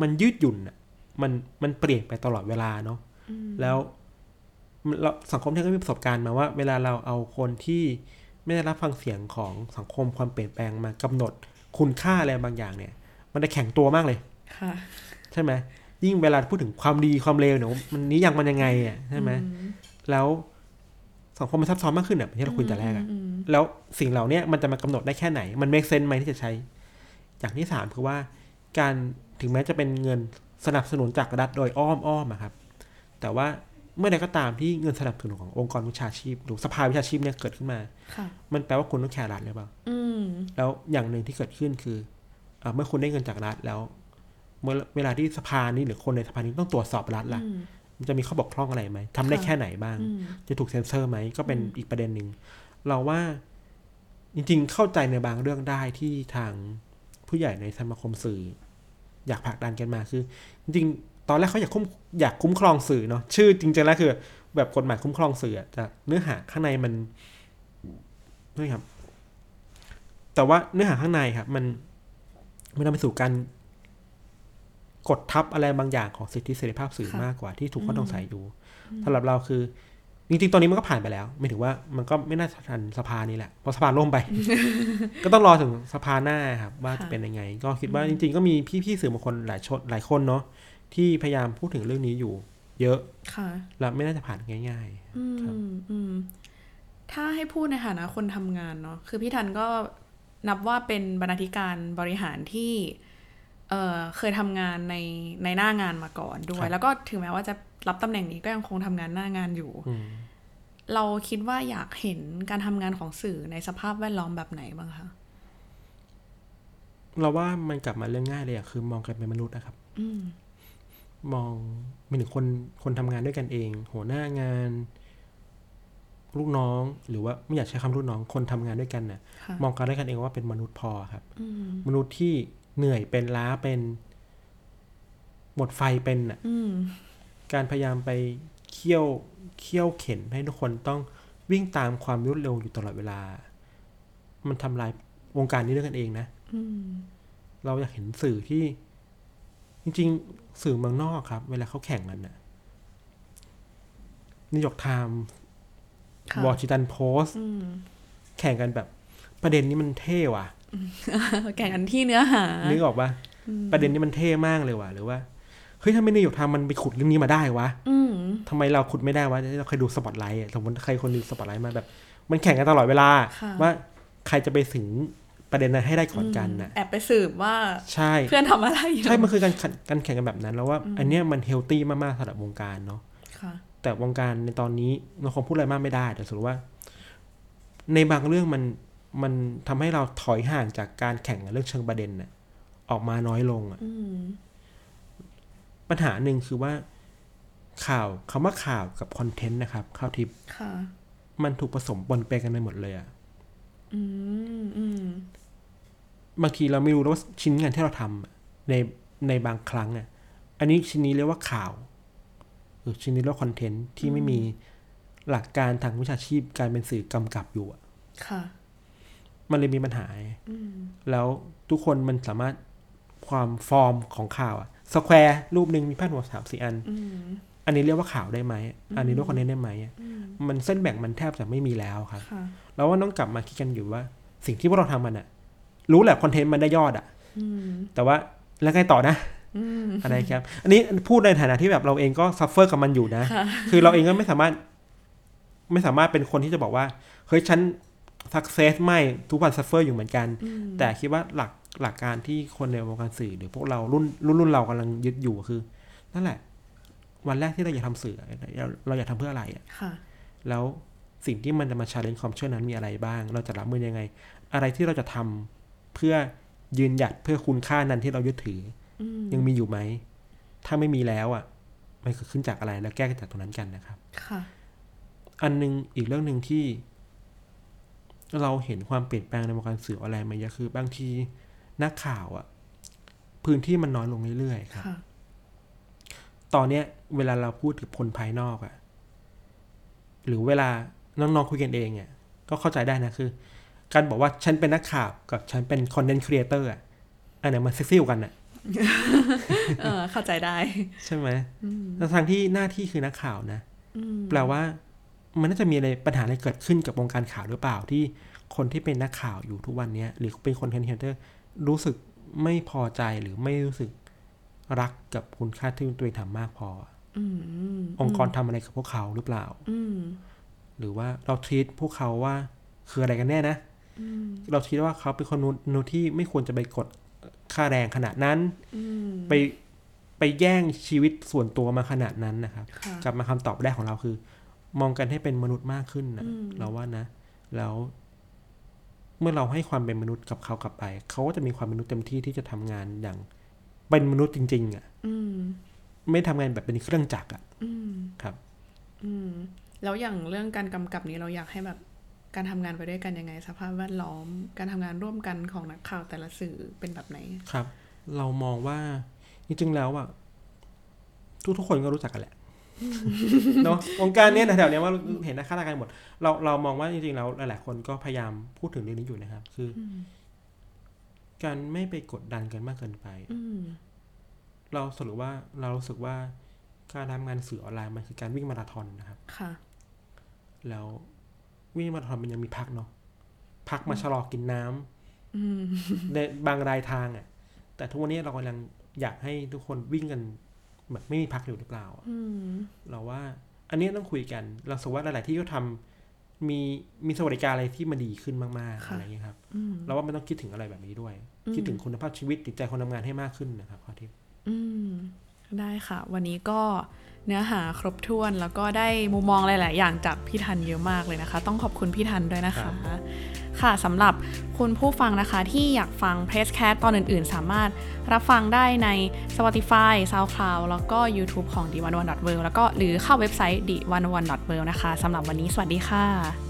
Speaker 3: มันยืดหยุ่นอะมันมันเปลี่ยนไปตลอดเวลาเนาะแล้วมันเราสังคมที่ก็มีประสบการณ์มาว่า เวลาเราเอาคนที่ไม่ได้รับฟังเสียงของสังคมความเปลี่ยนแปลงมากำหนดคุณค่าอะไรบางอย่างเนี่ย มันจะแข็งตัวมากเลย
Speaker 4: ค่ะ
Speaker 3: ใช่ไหมยิ่งเวลาพูดถึงความดีความเลวเนี่ยมันนี้ยังมันยังไงอ่ะใช่ไหม แล้วสังคมมันซับซ้อนมากขึ้นแบบที่เราคุยแต่แรกอะ
Speaker 4: อืม
Speaker 3: แล้วสิ่งเหล่าเนี้ยมันจะมากำหนดได้แค่ไหน มันเมคเซนไหมที่จะใช้ อย่างที่สามคือว่า การถึงแม้จะเป็นเงินสนับสนุนจากรัฐโดยอ้อมๆออะครับ แต่ว่าเมื่อใดก็ตามที่เงินสนับสนุนขององค์กรวิชาชีพ หรือสภาวิชาชีพเนี่ยเกิดขึ้นมา
Speaker 4: ค่ะ
Speaker 3: มันแปลว่าคุณต้องแคร์รัฐหรือเปล่า
Speaker 4: อืม
Speaker 3: แล้วอย่างหนึ่งที่เกิดขึ้นคืออาเมื่อคุณได้เงินจากรัฐแล้ว เมื่อเวลาที่สภานี้หรือคนในสภานี้ต้องตรวจสอบรัฐล่ะ
Speaker 4: อืม
Speaker 3: มันจะมีข้อบกพร่องอะไรไหมทำได้
Speaker 4: ค่ะ
Speaker 3: แค่ไหนบ้าง
Speaker 4: อืม
Speaker 3: จะถูกเซ็นเซอร์ไหมก็เป็น
Speaker 4: อืม
Speaker 3: อีกประเด็นหนึ่งเราว่าจริงๆเข้าใจในบางเรื่องได้ที่ทางผู้ใหญ่ในสมาคมสื่อ อยากผลักดันกันมาคือ จริงๆตอนแรกเขาอยากคุ้มอยากคุ้มครองสื่อเนาะชื่อจริงๆแล้วคือ แบบกฎหมายคุ้มครองสื่ออะแต่เนื้อหาข้างในมันนี่ครับ แต่ว่าเนื้อหาข้างในครับ มันมันนำไปสู่การกดทับอะไรบางอย่างของสิทธิเสรีภาพสื่อ
Speaker 4: ค่ะ
Speaker 3: มากกว่าที่ถูกข้อสงสัยอยู่ สำหรับเราคือ จริงๆ ตอนนี้มันก็ผ่านไปแล้วหมายถึงว่ามันก็ไม่น่าทันสภานี้แหละเพราะสภาล่มไป *laughs* ก็ต้องรอถึงสภาหน้าครับ ว่าจะ
Speaker 4: ค่ะ
Speaker 3: เป็นยังไง ก็คิดว่าจริง ๆ ก็มีพี่ๆสื่อบางคนหลายชนหลายคนเนาะที่พยายามพูดถึงเรื่องนี้อยู่ เยอะ
Speaker 4: ค่ะ
Speaker 3: และไม่น่าจะผ่านง่าย
Speaker 4: อืม
Speaker 3: ครับ
Speaker 4: อืมถ้าให้พูดในฐานะคนทำงานเนาะคือพี่ทันก็นับว่าเป็นบรรณาธิการบริหารที่เอ่อเคยทำงานในในหน้างานมาก่อนด้ว
Speaker 3: ครั
Speaker 4: ย
Speaker 3: บ
Speaker 4: แล้วก็ถึงแม้ว่าจะรับตำแหน่งนี้ก็ยังคงทำงานหน้างานอยู่
Speaker 3: ๆอืม
Speaker 4: เราคิดว่าอยากเห็นการทำงานของสื่อในสภาพแวดล้อมแบบไหนบ้างคะ
Speaker 3: เราว่ามันกลับมาเรื่องง่ายเลยอะคือมองกันเป็นมนุษย์นะครับ
Speaker 4: อืม
Speaker 3: มองมีถึงคนคนทำงานด้วยกันเอง หัวหน้างาน ลูกน้องหรือว่าไม่อยากใช้คำลูกน้องคนทำงานด้วยกันน่ะ
Speaker 4: ค่ะ
Speaker 3: มองกันด้วยกันเองว่าเป็นมนุษย์พอครับ
Speaker 4: อืม
Speaker 3: มนุษย์ที่เหนื่อยเป็นล้าเป็นหมดไฟเป็นน่ะ
Speaker 4: อืม
Speaker 3: การพยายามไปเคี่ยวเคี่ยวเข็นให้ทุกคนต้องวิ่งตามความรวดเร็วอยู่ตลอดเวลา มันทำลายวงการนี้ด้วยกันเองนะ
Speaker 4: อืม
Speaker 3: เราอยากเห็นสื่อที่ จริงๆ สื่อเมืองนอกครับ เวลาเขาแข่งกันน่ะนิวยอร์กไทม์
Speaker 4: ค่ะ
Speaker 3: วอชิงตันโพสต์
Speaker 4: อืม
Speaker 3: แข่งกันแบบ ประเด็นนี้มันเท่ว่ะ
Speaker 4: แข่งกันที่เนื้อหา
Speaker 3: นึกออกปะ
Speaker 4: อืม
Speaker 3: ประเด็นนี้มันเท่มากเลยว่ะหรือว่าเฮ้ยทำไมนิวยอร์กไทม์มันไปขุดเรื่องนี้มาได้วะ
Speaker 4: อืม
Speaker 3: ทำไมเราขุดไม่ได้วะเราเคยดูสปอตไลท์อะสมมติใครคนดูสปอตไลท์มาแบบ มันแข่งกันตลอดเวลา
Speaker 4: ค่ะ
Speaker 3: ว่าใครจะไปถึงประเด็นนั้นให้ได้ก่อนกันน่ะ
Speaker 4: แอบไปสืบว่า
Speaker 3: ใช่
Speaker 4: เพื่อนทำอะไรอยู่
Speaker 3: ใช่มันคือการขัดการแข่งกันแบบนั้น แล้วว่า อันเนี้ยมันเฮลตี้มากๆสำหรับวงการเนาะ
Speaker 4: ค่ะ
Speaker 3: แต่วงการในตอนนี้เราคงพูดอะไรมากไม่ได้ แต่สรุปว่า ในบางเรื่องมันมันทำให้เราถอยห่างจากการแข่งกันเรื่องเชิงประเด็นน่ะออกมาน้อยลงอะ
Speaker 4: อืม
Speaker 3: ปัญหาหนึ่งคือว่าข่าวคำว่าข่าวกับคอนเทนต์นะครับข่าวทิป
Speaker 4: ค่ะ
Speaker 3: มันถูกผสมปนเปกันไปหมดเลยอะ
Speaker 4: อืม อืม
Speaker 3: บางทีเราไม่รู้แล้วว่าชิ้นงานที่เราทำอะในในบางครั้งอะอันนี้ชิ้นนี้เรียกว่าข่าวหรือชิ้นนี้เรียกว่าคอนเทนต์ที่ไม่มีหลักการทางวิชาชีพการเป็นสื่อกำกับอยู่อะ
Speaker 4: ค่ะ
Speaker 3: มันเลยมีปัญหาไง
Speaker 4: อืม
Speaker 3: แล้วทุกคนมันสามารถความฟอร์มของข่าวอะสแควร์รูปหนึ่งมีพาดหัวสามสี่อัน
Speaker 4: อืม
Speaker 3: อันนี้เรียกว่าข่าวได้ไหม อันนี้เรียกว่าคอนเทนต์ได้ไหมอะ
Speaker 4: อืม
Speaker 3: มันเส้นแบ่งมันแทบจะไม่มีแล้วครับ
Speaker 4: ค่ะ
Speaker 3: เราว่าต้องกลับมาคิดกันอยู่ว่า สิ่งที่พวกเราทำมันอะรู้แหละคอนเทนต์มันได้ยอดอะ
Speaker 4: อืม
Speaker 3: แต่ว่าแล้วไงต่อนะ
Speaker 4: อืม
Speaker 3: อะไรครับ อันนี้พูดในฐานะที่แบบเราเองก็ซัฟเฟอร์กับมันอยู่นะ คือเราเองก็ไม่สามารถ ไม่สามารถเป็นคนที่จะบอกว่า เฮ้ยฉันสักเซสไม่ทุกวันซัฟเฟอร์อยู่เหมือนกัน
Speaker 4: อืม
Speaker 3: แต่คิดว่าหลักหลักการที่คนในวงการสื่อหรือพวกเรารุ่นรุ่นรุ่นเรากำลังยึดอยู่คือ นั่นแหละ วันแรกที่เราอยากทำสื่อเราเราอยากทำเพื่ออะไรอะ
Speaker 2: ค่ะ
Speaker 3: แล้วสิ่งที่มันจะมาชาเลนจ์ความเชื่อนั้นมีอะไรบ้าง เราจะรับมือยังไง อะไรที่เราจะทำเพื่อยืนหยัดเพื่อคุณค่านั้นที่เรายึดถืออยังมีอยู่ไหม ถ้าไม่มีแล้วอ่ะ มันคือขึ้นจากอะไรแล้วแก้จากตรงนั้นกันนะครับ
Speaker 2: ค่ะ
Speaker 3: อันหนึงอีกเรื่องหนึ่งที่ เราเห็นความเปลี่ยนแปลงในวงการสื่อออนไลน์มาเยอะคือบางทีนักข่าวอะพื้นที่มันน้อยลงเรื่อยๆครับ
Speaker 2: ค่ะ
Speaker 3: ตอนเนี้ย เวลาเราพูดกับคนภายนอกอะหรือเวลาน้องๆคุยกันเองอะก็เข้าใจได้นะคือ การบอกว่าฉันเป็นนักข่าวกับฉันเป็นคอนเทนต์ครีเอเตอร์อะอันไหนมันเซ็กซี่กว่ากันอะ
Speaker 2: เออเข้าใจได้
Speaker 3: ใช่ไหมแล้วทางที่หน้าที่คือนักข่าวนะ แปลว่ามันน่าจะมีอะไรปัญหาอะไรเกิดขึ้นกับวงการข่าวหรือเปล่าที่คนที่เป็นนักข่าวอยู่ทุกวันเนี้ยหรือเป็นคนเทนเทนเตอร์รู้สึกไม่พอใจหรือไม่รู้สึกรักกับคุณค่าที่ตัวเองทำมากพออะ
Speaker 2: อืม
Speaker 3: องค์กรทำอะไรกับพวกเขาหรือเปล่า
Speaker 2: อืม
Speaker 3: หรือว่าเราทีตพวกเขาว่าคืออะไรกันแน่นะเราคิดว่าเขาเป็นคนนู้นนู้นที่ไม่ควรจะไปกดค่าแรงขนาดนั้น
Speaker 2: อืม
Speaker 3: ไปไปแย่งชีวิตส่วนตัวมาขนาดนั้นนะครับ
Speaker 2: ค่ะ
Speaker 3: กลับมาคำตอบแรกของเราคือ มองกันให้เป็นมนุษย์มากขึ้นนะ
Speaker 2: อืม
Speaker 3: เราว่านะ แล้ว เมื่อเราให้ความเป็นมนุษย์กับเขากลับไป เขาก็จะมีความเป็นมนุษย์เต็มที่ที่จะทำงานอย่าง เป็นมนุษย์จริง ๆอะ่ะ
Speaker 2: อืม
Speaker 3: ไม่ทำงานแบบเป็นเครื่องจักรอะ่ะ
Speaker 2: อืม
Speaker 3: ครับ
Speaker 2: อืม แล้วอย่างเรื่องการกำกับนี้เราอยากให้แบบการทำงานไปด้วยกันยังไง สภาพแวดล้อม การทำงานร่วมกันของนักข่าวแต่ละสื่อเป็นแบบไหน
Speaker 3: ครับ เรามองว่าจริงๆแล้วอะ่ะทุกๆคนก็รู้จักกันแห *laughs* ละเนาะองค์การเนี้ยนะแถวเนี้ยว่าเห็นนะค่ารากันหมด เราเรามองว่าจริงๆแล้วหลายๆคนก็พยายามพูดถึงเรื่องนี้อยู่นะครับ คืออการไม่ไปกดดันกันมากเกินไป
Speaker 2: อืม
Speaker 3: เราสรุปว่าเรารู้สึกว่าการทำงานสื่อออนไลน์มันคือการวิ่งมาราธอนนะครับ
Speaker 2: ค่ะ
Speaker 3: แล้ววิ่งมาราธอนมันยังมีพักเนาะพักมาชะลอกินน้ำ
Speaker 2: อืม
Speaker 3: ในบางรายทางอะ่ะ แต่ทุกวันนี้เรากำลังอยากให้ทุกคนวิ่งกันแบบไม่มีพักอยู่หรือเปล่าอะ
Speaker 2: อืม
Speaker 3: เราว่า อันเนี้ยต้องคุยกัน เราสกว่าหลาย ๆ ที่ก็ทำมีมีสวัสดิการอะไรที่มันดีขึ้นมากๆ
Speaker 2: ค่ะ
Speaker 3: อะไรอย่างเงี้ยครับ
Speaker 2: อืม
Speaker 3: เราว่ามันต้องคิดถึงอะไรแบบนี้ด้วย
Speaker 2: อืม
Speaker 3: คิดถึงคุณภาพชีวิตจิตใจคนทำงานให้มากขึ้นนะครับข้อที่
Speaker 2: อืม ได้ค่ะ วันนี้ก็เนื้อหาครบถ้วนแล้วก็ได้มุมมองหลาย ๆ อย่างจากพี่ทันเยอะมากเลยนะคะ ต้องขอบคุณพี่ทันด้วยนะคะ ค่ะสำหรับคุณผู้ฟังนะคะที่อยากฟัง p r e s s c a t ตอนอื่น ๆ สามารถรับฟังได้ใน Spotify SoundCloud แล้วก็ YouTube ของ d 1 1 w o r l d แล้วก็หรือเข้าเว็บไซต์ d 1 1 w o r l d นะคะสำหรับวันนี้สวัสดีค่ะ